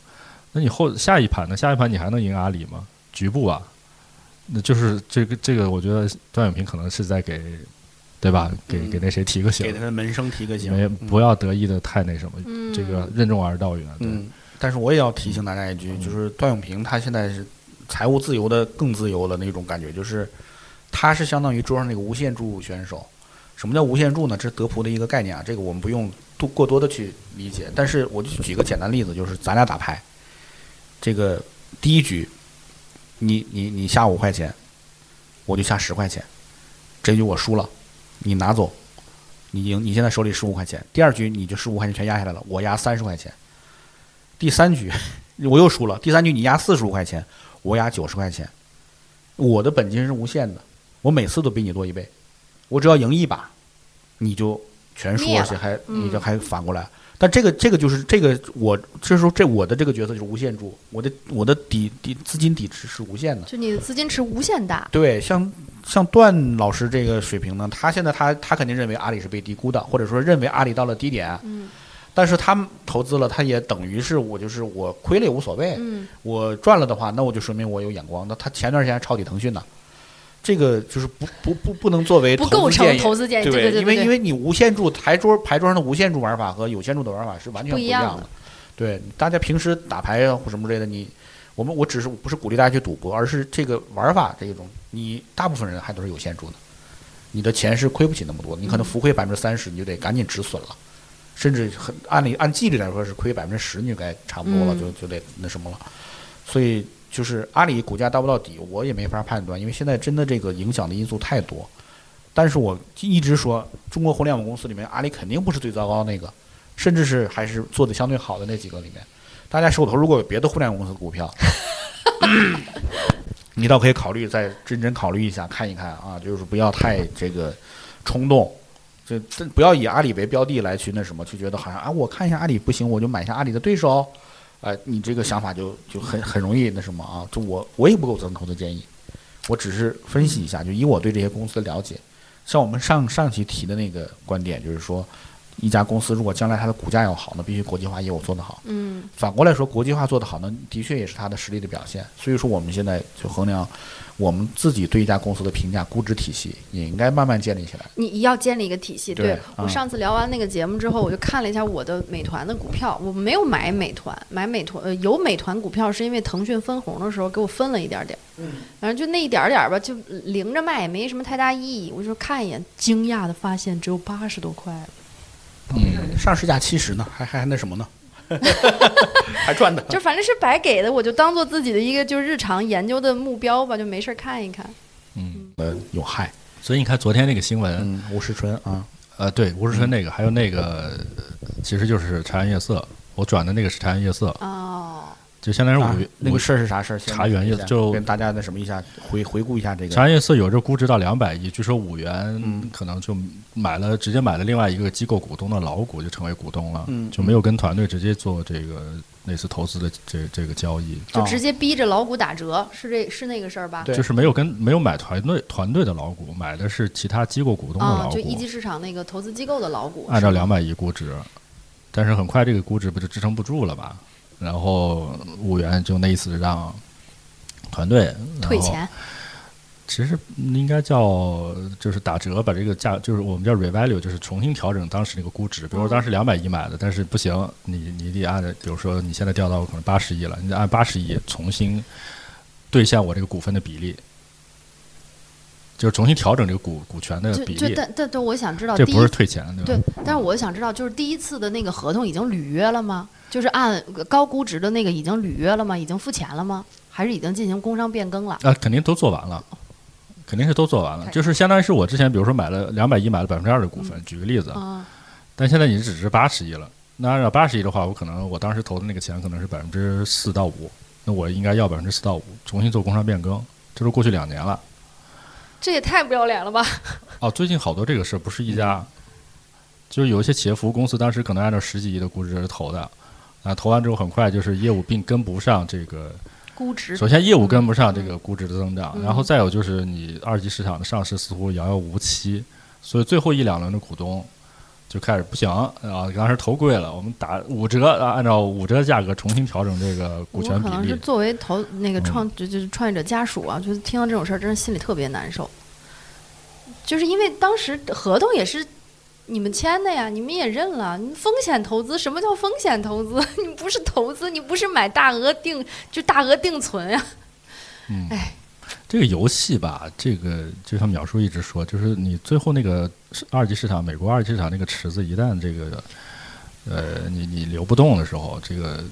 S4: 那你后下一盘呢？下一盘你还能赢阿里吗？局部啊，那就是这个这个，我觉得段永平可能是在给，对吧？给
S6: 嗯
S4: 给那谁提个醒
S6: 给，他的门生提个醒。
S4: 没
S6: 嗯
S4: 不要得意的太那什么，
S3: 嗯，
S4: 这个任重而道远。对，嗯
S6: 嗯
S2: 但是我也要提醒大家一句，就是段永平他现在是财务自由的更自由了那种感觉，就是他是相当于桌上那个无限注选手。什么叫无限注呢？这是德扑的一个概念啊，这个我们不用多过多的去理解。但是我就举个简单例子，就是咱俩打牌，这个第一局，你你你下五块钱，我就下十块钱，这局我输了，你拿走，你赢，你现在手里十五块钱。第二局你就十五块钱全压下来了，我压三十块钱。第三局 [laughs] 我又输了，第三局你压四十五块钱，我压九十块钱，我的本金是无限的，我每次都比你多一倍，我只要赢一把，你就全输，
S3: 灭了
S2: 而且还
S3: 嗯
S2: 你就还反过来。但这个这个就是这个我这时候这我的这个角色就是无限注，我的我的底底资金底池是无限的。
S3: 就你的资金池无限大，
S2: 对，像像段老师这个水平呢，他现在他他肯定认为阿里是被低估的，或者说认为阿里到了低点，
S3: 嗯
S2: 但是他们投资了，他也等于是我就是我亏了也无所谓，
S3: 嗯
S2: 我赚了的话，那我就说明我有眼光。那他前段时间还抄底腾讯呢，这个就是不不不不能作为
S3: 不构
S2: 投资建
S3: 成
S2: 议。
S3: 投资建议，
S2: 对
S3: 对对
S2: 因为因
S3: 为
S2: 为你无限注牌桌牌桌上的无限注玩法和有限注的玩法是完全
S3: 不
S2: 不
S3: 一
S2: 一
S3: 样
S2: 样
S3: 的
S2: 的。对，大家平时打牌啊或什么之类的，你我们我只是不是鼓励大家去赌博，而是这个玩法这一种，你大部分人还都是有限注的，你的钱是亏不起那么多，你可能
S3: 嗯
S2: 浮亏百分之三十，你就得赶紧止损了，甚至很按理按纪律来说是亏百分之十，你就该差不多了，
S3: 嗯
S2: 就就得那什么了。所以就是阿里股价到不到底，我也没法判断，因为现在真的这个影响的因素太多。但是我一直说，中国互联网公司里面，阿里肯定不是最糟糕的那个，甚至是还是做的相对好的那几个里面。大家手头如果有别的互联网公司的股票，你倒可以考虑再认真考虑一下，看一看啊，就是不要太这个冲动，这这不要以阿里为标的来去那什么，去觉得好像啊，我看一下阿里不行，我就买一下阿里的对手，哎、你这个想法就就很很容易那什么啊，就我我也不构成投资建议，我只是分析一下，就以我对这些公司的了解，像我们上上期提的那个观点，就是说，一家公司如果将来它的股价要好，那必须国际化业务做得好。
S3: 嗯
S2: 反过来说，国际化做得好呢，的确也是它的实力的表现。所以说，我们现在就衡量我们自己对一家公司的评价估值体系，也应该慢慢建立起来。
S3: 你要建立一个体系。
S2: 对
S3: 我
S2: 嗯
S3: 上次聊完那个节目之后，我就看了一下我的美团的股票，我没有买美团，买美团呃有美团股票是因为腾讯分红的时候给我分了一点点儿，反正就那一点儿点儿吧，就零着卖也没什么太大意义。我就看一眼，惊讶的发现只有八十多块了，
S2: 嗯，上市价七十呢，还还还那什
S3: [laughs]
S2: 么呢？还赚的。
S3: 就反正是白给的，我就当做自己的一个就日常研究的目标吧，就没事儿看一看。
S4: 嗯，
S2: 呃，有害。
S4: 所以你看昨天那个新闻，
S2: 嗯，吴世春啊，
S4: 呃，对，吴世
S2: 嗯
S4: 春那个，还有那个，呃其实就是《茶颜悦色》，我转的那个是《茶颜悦色》，
S3: 哦，
S4: 就相当于
S2: 啊
S4: 五月、
S2: 那
S4: 五
S2: 个事儿是啥事儿？先
S4: 茶园
S2: 一
S4: 也
S2: 下
S4: 就
S2: 跟大家那什么一下回回顾一下这
S4: 茶
S2: 个。
S4: 颜悦色有这估值到两百亿，据说五元
S2: 嗯
S4: 可能就买了，直接买了另外一个机构股东的老股，就成为股东了，
S2: 嗯
S4: 就没有跟团队直接做这个类似投资的这这个交易，
S3: 就
S2: 啊
S3: 直接逼着老股打折，是这是那个事儿吧？
S2: 对
S4: 就是没有跟没有买团队团队的老股，买的是其他机构股东的
S3: 啊、
S4: 老
S3: 就一级
S4: 股，
S3: 市场那个投资机构的老股，
S4: 按照
S3: 是吗
S4: 两百亿估值，但是很快这个估值不就支撑不住了嘛，然后五元就那一次让团队
S3: 退，钱
S4: 然后。其实应该叫就是打折，把这个价就是我们叫 revalue，就是重新调整当时那个估值。比如说当
S3: 嗯
S4: 时两百亿买的，但是不行，你你得按，比如说你现在掉到可能八十亿了，你得按八十亿重新兑现我这个股份的比例，就是重新调整这个股股权的
S3: 就
S4: 比
S3: 就
S4: 例。
S3: 但但但我想知道
S4: 这
S3: 第
S4: 不
S3: 一
S4: 是退钱，对吧？
S3: 对，但是我想知道，就是第一次的那个合同已经履约了吗？就是按高估值的那个已经履约了吗？已经付钱了吗？还是已经进行工商变更了？
S4: 啊，肯定都做完了，肯定是都做完了。就是相当于是我之前，比如说买了两百亿，买了百分之二的股份，举个例子，
S3: 啊、
S4: 但现在你只值八十亿了，那按照八十亿的话，我可能我当时投的那个钱可能是百分之四到五，那我应该要百分之四到五，重新做工商变更。这都过去两年了，
S3: 这也太不要脸了吧！
S4: 哦，最近好多这个事儿不是一家，就是有一些企业服务公司当时可能按照十几亿的估值投的，啊，投完之后很快就是业务并跟不上这个
S3: 估值
S4: 首先业务跟不上这个估值的增长，
S3: 嗯
S4: 然后再有就是你二级市场的上市似乎遥遥无期，所以最后一两轮的股东就开始不行啊，当时投贵了，我们打五折，啊，按照五折的价格重新调整这个股
S3: 我
S4: 权比
S3: 可能是
S4: 例。
S3: 作为投那个
S4: 嗯
S3: 创就就是创业者家属啊，就是听到这种事儿，真是心里特别难受。就是因为当时合同也是你们签的呀，你们也认了。你风险投资，什么叫风险投资？ [laughs] 你不是投资，你不是买大额定就大额定存呀、
S4: 嗯
S3: 哎，
S4: 这个游戏吧，这个就像淼叔一直说，就是你最后那个市二级市场，美国二级市场那个池子一旦这个。呃，你你流不动的时候，这个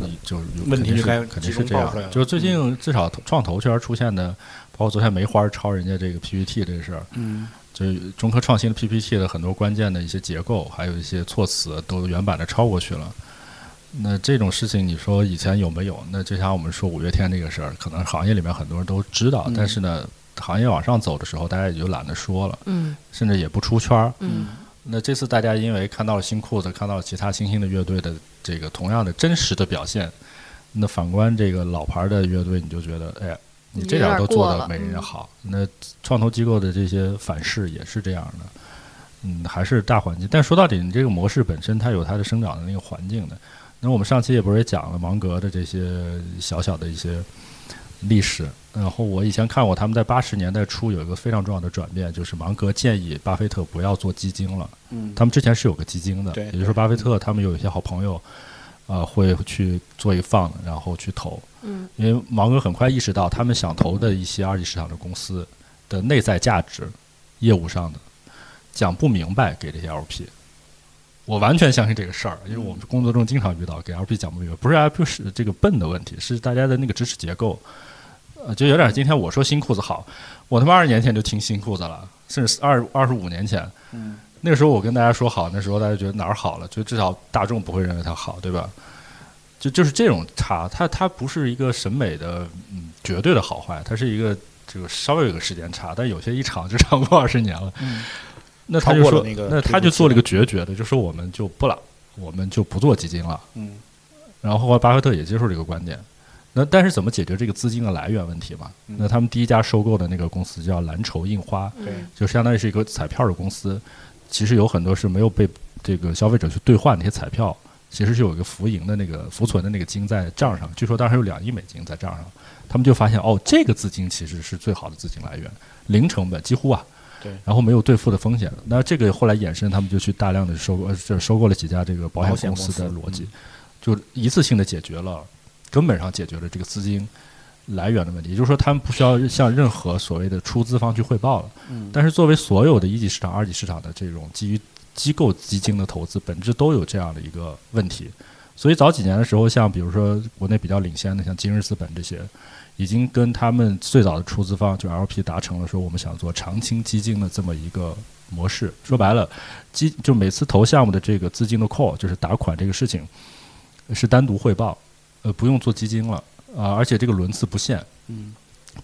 S4: 你就有
S2: 问
S4: 肯
S2: 题
S4: 定
S2: 就是该
S4: 肯定是
S2: 集中
S4: 这样
S2: 爆出来。了嗯
S4: 就是最近至少创投圈出现的，包括昨天梅花抄人家这个 PPT 这事儿，
S2: 嗯，
S4: 就是中科创新的 PPT 的很多关键的一些结构，还有一些措辞都原版的抄过去了。那这种事情，你说以前有没有？那就像我们说五月天这个事儿，可能行业里面很多人都知道，
S2: 嗯
S4: 但是呢，行业往上走的时候，大家也就懒得说了，
S3: 嗯
S4: 甚至也不出圈儿。
S3: 嗯
S4: 那这次大家因为看到了新裤子，看到了其他新兴的乐队的这个同样的真实的表现，那反观这个老牌的乐队，你就觉得，哎，你这点儿都做的没人家好。那创投机构的这些反噬也是这样的，嗯，还是大环境。但说到底，你这个模式本身它有它的生长的那个环境的。那我们上期也不是也讲了芒格的这些小小的一些历史，然后我以前看过他们在八十年代初有一个非常重要的转变，就是芒格建议巴菲特不要做基金了。
S2: 嗯
S4: 他们之前是有个基金的，
S2: 对
S4: 也就是说巴菲特他们有一些好朋友，呃，会去做一个 fund，然后去投。
S3: 嗯，
S4: 因为芒格很快意识到，他们想投的一些二级市场的公司的内在价值，业务上的讲不明白给这些 LP。我完全相信这个事儿，因为我们工作中经常遇到给 LP 讲不明白，不是 LP 是这个笨的问题，是大家的那个知识结构，呃，就有点今天我说新裤子好，我他妈二十年前就听新裤子了，甚至二二十五年前，
S2: 嗯，
S4: 那个时候我跟大家说好，那时候大家觉得哪儿好了，就至少大众不会认为它好，对吧？就就是这种差，它它不是一个审美的嗯绝对的好坏，它是一个这个稍微有个时间差，但有些一长就长过二十年了。
S2: 嗯
S4: 那他就
S2: 超过
S4: 说
S2: 了，那个
S4: 他就做了一个决绝的，就说我们就不了，我们就不做基金了。
S2: 嗯
S4: 然后后来巴菲特也接受这个观点。那但是怎么解决这个资金的来源问题嘛？
S2: 嗯
S4: 那他们第一家收购的那个公司叫蓝筹印花，
S2: 对
S4: 就相当于是一个彩票的公司，其实有很多是没有被这个消费者去兑换那些彩票，其实是有一个浮盈的那个浮存的那个金在账上，据说当时有两亿美金在账上，他们就发现哦，这个资金其实是最好的资金来源，零成本几乎啊。
S2: 对
S4: 然后没有兑付的风险，那这个后来衍生，他们就去大量的收购，呃，这收购了几家这个保
S2: 保
S4: 险
S2: 险
S4: 公司的
S2: 公司嗯
S4: 逻辑，就一次性的解决了，根本上解决了这个资金来源的问题，也就是说，他们不需要向任何所谓的出资方去汇报了。
S2: 嗯，
S4: 但是作为所有的一级市场、二级市场的这种基于机构基金的投资本质都有这样的一个问题。所以早几年的时候，像比如说国内比较领先的，像今日资本这些，已经跟他们最早的出资方就 LP 达成了说，我们想做长青基金的这么一个模式。说白了，基就每次投项目的这个资金的 call，就是打款这个事情，是单独汇报，呃，不用做基金了啊、而且这个轮次不限，
S6: 嗯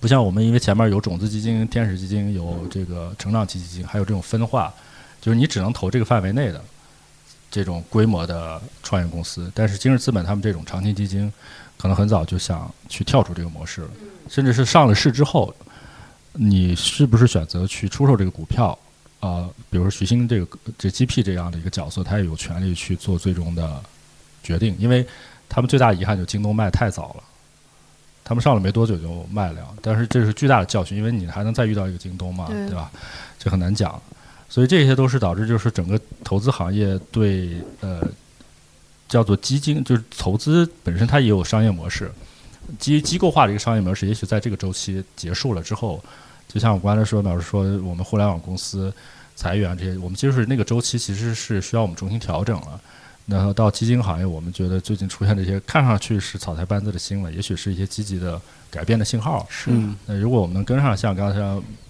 S4: 不像我们，因为前面有种子基金、天使基金，有这个成长期基金，还有这种分化，就是你只能投这个范围内的这种规模的创业公司。但是今日资本他们这种长期基金，可能很早就想去跳出这个模式了，甚至是上了市之后，你是不是选择去出售这个股票？呃，比如说徐新这个这 GP 这样的一个角色，他也有权利去做最终的决定，因为他们最大遗憾就京东卖太早了。他们上了没多久就卖了，但是这是巨大的教训，因为你还能再遇到一个京东嘛，
S3: 对
S4: 对吧？这很难讲，所以这些都是导致就是整个投资行业对呃叫做基金，就是投资本身它也有商业模式，机机构化的一个商业模式，也许在这个周期结束了之后，就像我刚才说，老师说我们互联网公司裁员这些，我们就是那个周期其实是需要我们重新调整了。然后到基金行业，我们觉得最近出现这些看上去是草台班子的新闻，也许是一些积极的改变的信号。
S6: 是嗯
S4: 那如果我们能跟上，像刚才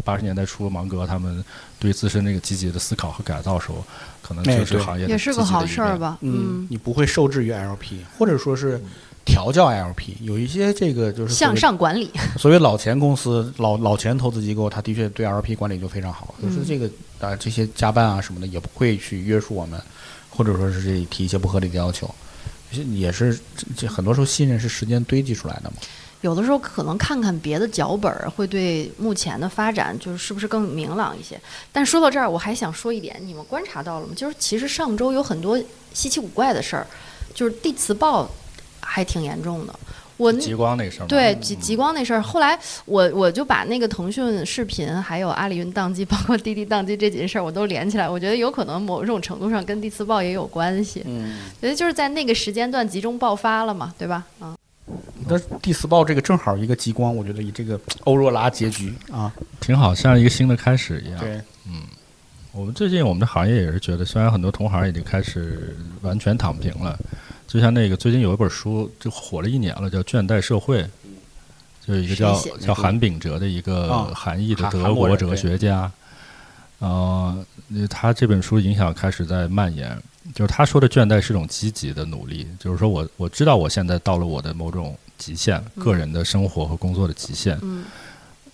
S4: 八十年代初芒格他们对自身这个积极的思考和改造的时候，可能
S6: 哎
S4: 就是
S6: 对
S4: 行业的
S3: 也是
S4: 积
S3: 个
S4: 极的
S3: 好
S4: 一
S3: 事儿
S4: 面？
S3: 吧？
S6: 嗯，，你不会受制于 LP，或者说
S2: 嗯
S6: 是调教 LP，有一些这个就是所
S3: 嗯向
S6: 谓
S3: 上管理，
S6: 所谓老钱公司、老老钱投资机构，它的确对 LP 管理就非常好，就是
S3: 嗯
S6: 这个啊这些加班啊什么的也不会去约束我们，或者说是这提一些不合理的要求，是也是这这很多时候信任是时间堆积出来的嘛。
S3: 有的时候可能看看别的脚本儿，会对目前的发展就是是不是更明朗一些。但说到这儿，我还想说一点，你们观察到了吗？就是其实上周有很多稀奇古怪的事儿，就是地磁暴还挺严重的。我那
S4: 极光嗯那个事儿嘛，
S3: 对极极光那事儿，后来我我就把那个腾讯视频，还有阿里云宕机，包括滴滴宕机这几件事儿，我都连起来。我觉得有可能某种程度上跟地磁暴也有关系，
S6: 嗯，
S3: 觉得就是在那个时间段集中爆发了嘛，对吧？嗯，
S6: 但是第四报这个正好一个极光，我觉得以这个欧若拉结局啊，
S4: 挺好，像一个新的开始一样。
S6: 对，
S4: 我们最近我们的行业也是觉得，虽然很多同行已经开始完全躺平了，就像那个最近有一本书就火了一年了，叫《倦怠社会》，就是一个叫
S3: 谁写的
S4: 叫韩炳哲的一个
S6: 啊
S4: 韩裔的
S6: 韩
S4: 德
S6: 韩国
S4: 国
S6: 人
S4: 哲学家。呃，他这本书影响开始在蔓延，就是他说的倦怠是一种积极的努力，就是说我我知道我现在到了我的某种极限，
S3: 嗯
S4: 个人的生活和工作的极限，
S3: 嗯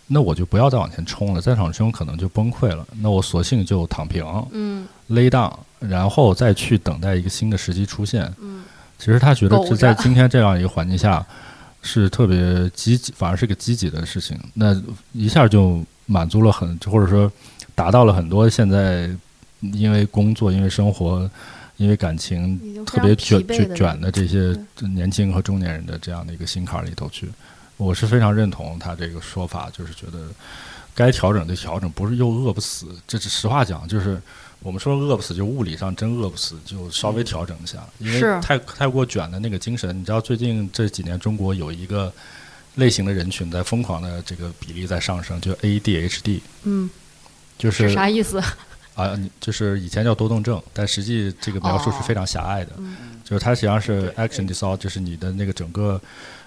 S4: 那我就不要再往前冲了，再往前冲可能就崩溃了，那我索性就躺平，
S3: 嗯
S4: lay down，然后再去等待一个新的时机出现。
S3: 嗯
S4: 其实他觉得
S3: 苟
S4: 这
S3: 着
S4: 在今天这样一个环境下是特别积极，反而是个积极的事情。那一下就满足了很，或者说达到了很多现在因为工作、因为生活、因为感情
S3: 已经非
S4: 特
S3: 常
S4: 别
S3: 疲
S4: 卷
S3: 惫的
S4: 卷
S3: 人
S4: 卷的这些年轻和中年人的这样的一个心坎儿里头去。我是非常认同他这个说法，就是觉得该调整的调整，不是又饿不死。这是实话讲，就是我们说饿不死，就物理上真饿不死，就稍微调整一下，因为
S3: 是
S4: 太太过卷的那个精神。你知道最近这几年中国有一个类型的人群在疯狂的这个比例在上升，就 ADHD，
S3: 嗯，
S4: 就是
S3: 是啥意思？
S4: 啊，你就是以前叫多动症，但实际这个描述是非常狭隘的，就是它实际上是 action disorder，就是你的那个整个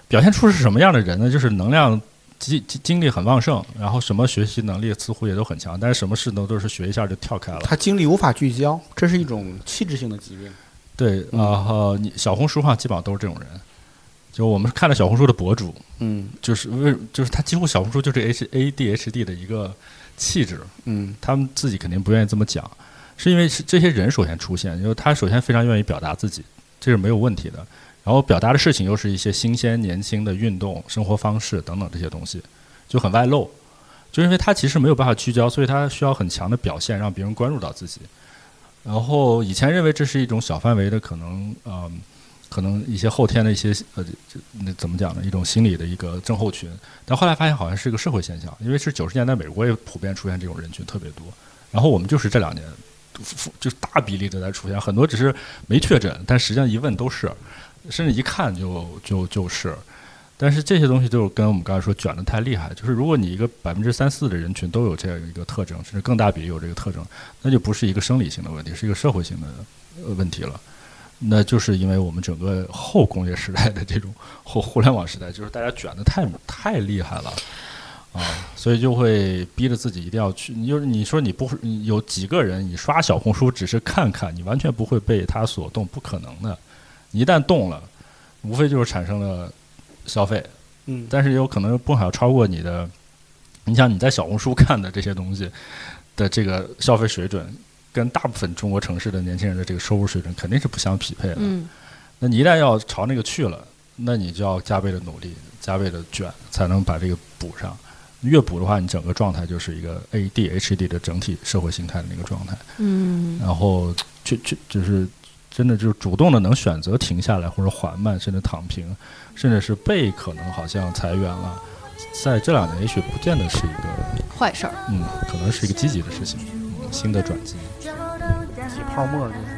S4: 表现出是什么样的人呢？就是能量精精精力很旺盛，然后什么学习能力似乎也都很强，但是什么事呢都是学一下就跳开了。
S6: 他精力无法聚焦，这是一种器质性的疾病。
S4: 对，
S6: 嗯
S4: 然后你小红书上基本上都是这种人，就我们看了小红书的博主，
S6: 嗯
S4: 就是为就是他几乎小红书就是 H A D H D 的一个气质，
S6: 嗯
S4: 他们自己肯定不愿意这么讲，是因为是这些人首先出现，就是他首先非常愿意表达自己，这是没有问题的。然后表达的事情又是一些新鲜、年轻的运动、生活方式等等这些东西，就很外露。就因为他其实没有办法聚焦，所以他需要很强的表现，让别人关注到自己。然后以前认为这是一种小范围的，可能嗯、可能一些后天的一些呃，这那怎么讲呢？一种心理的一个症候群。但后来发现好像是一个社会现象，因为是九十年代美国也普遍出现这种人群特别多，然后我们就是这两年。就是大比例的在出现，很多只是没确诊，但实际上一问都是，甚至一看就就就是，但是这些东西就是跟我们刚才说卷的太厉害，就是如果你一个百分之三四的人群都有这样一个特征，甚至更大比例有这个特征，那就不是一个生理性的问题，是一个社会性的呃问题了。那就是因为我们整个后工业时代的这种后互联网时代，就是大家卷的太太厉害了。啊，所以就会逼着自己一定要去。你就是你说你不你有几个人，你刷小红书只是看看，你完全不会被它所动，不可能的。你一旦动了，无非就是产生了消费，
S7: 嗯，
S4: 但是有可能不好超过你的。你像你在小红书看的这些东西的这个消费水准，跟大部分中国城市的年轻人的这个收入水准肯定是不相匹配的。
S3: 嗯，
S4: 那你一旦要朝那个去了，那你就要加倍的努力，加倍的卷，才能把这个补上。越补的话，你整个状态就是一个 A D H D 的整体社会形态的那个状态。
S3: 嗯，
S4: 然后就就就是真的就是主动的能选择停下来或者缓慢，甚至躺平，甚至是被可能好像裁员了，在这两年也许不见得是一个
S3: 坏事儿。
S4: 嗯，可能是一个积极的事情，嗯、新的转机。
S7: 挤泡沫就是。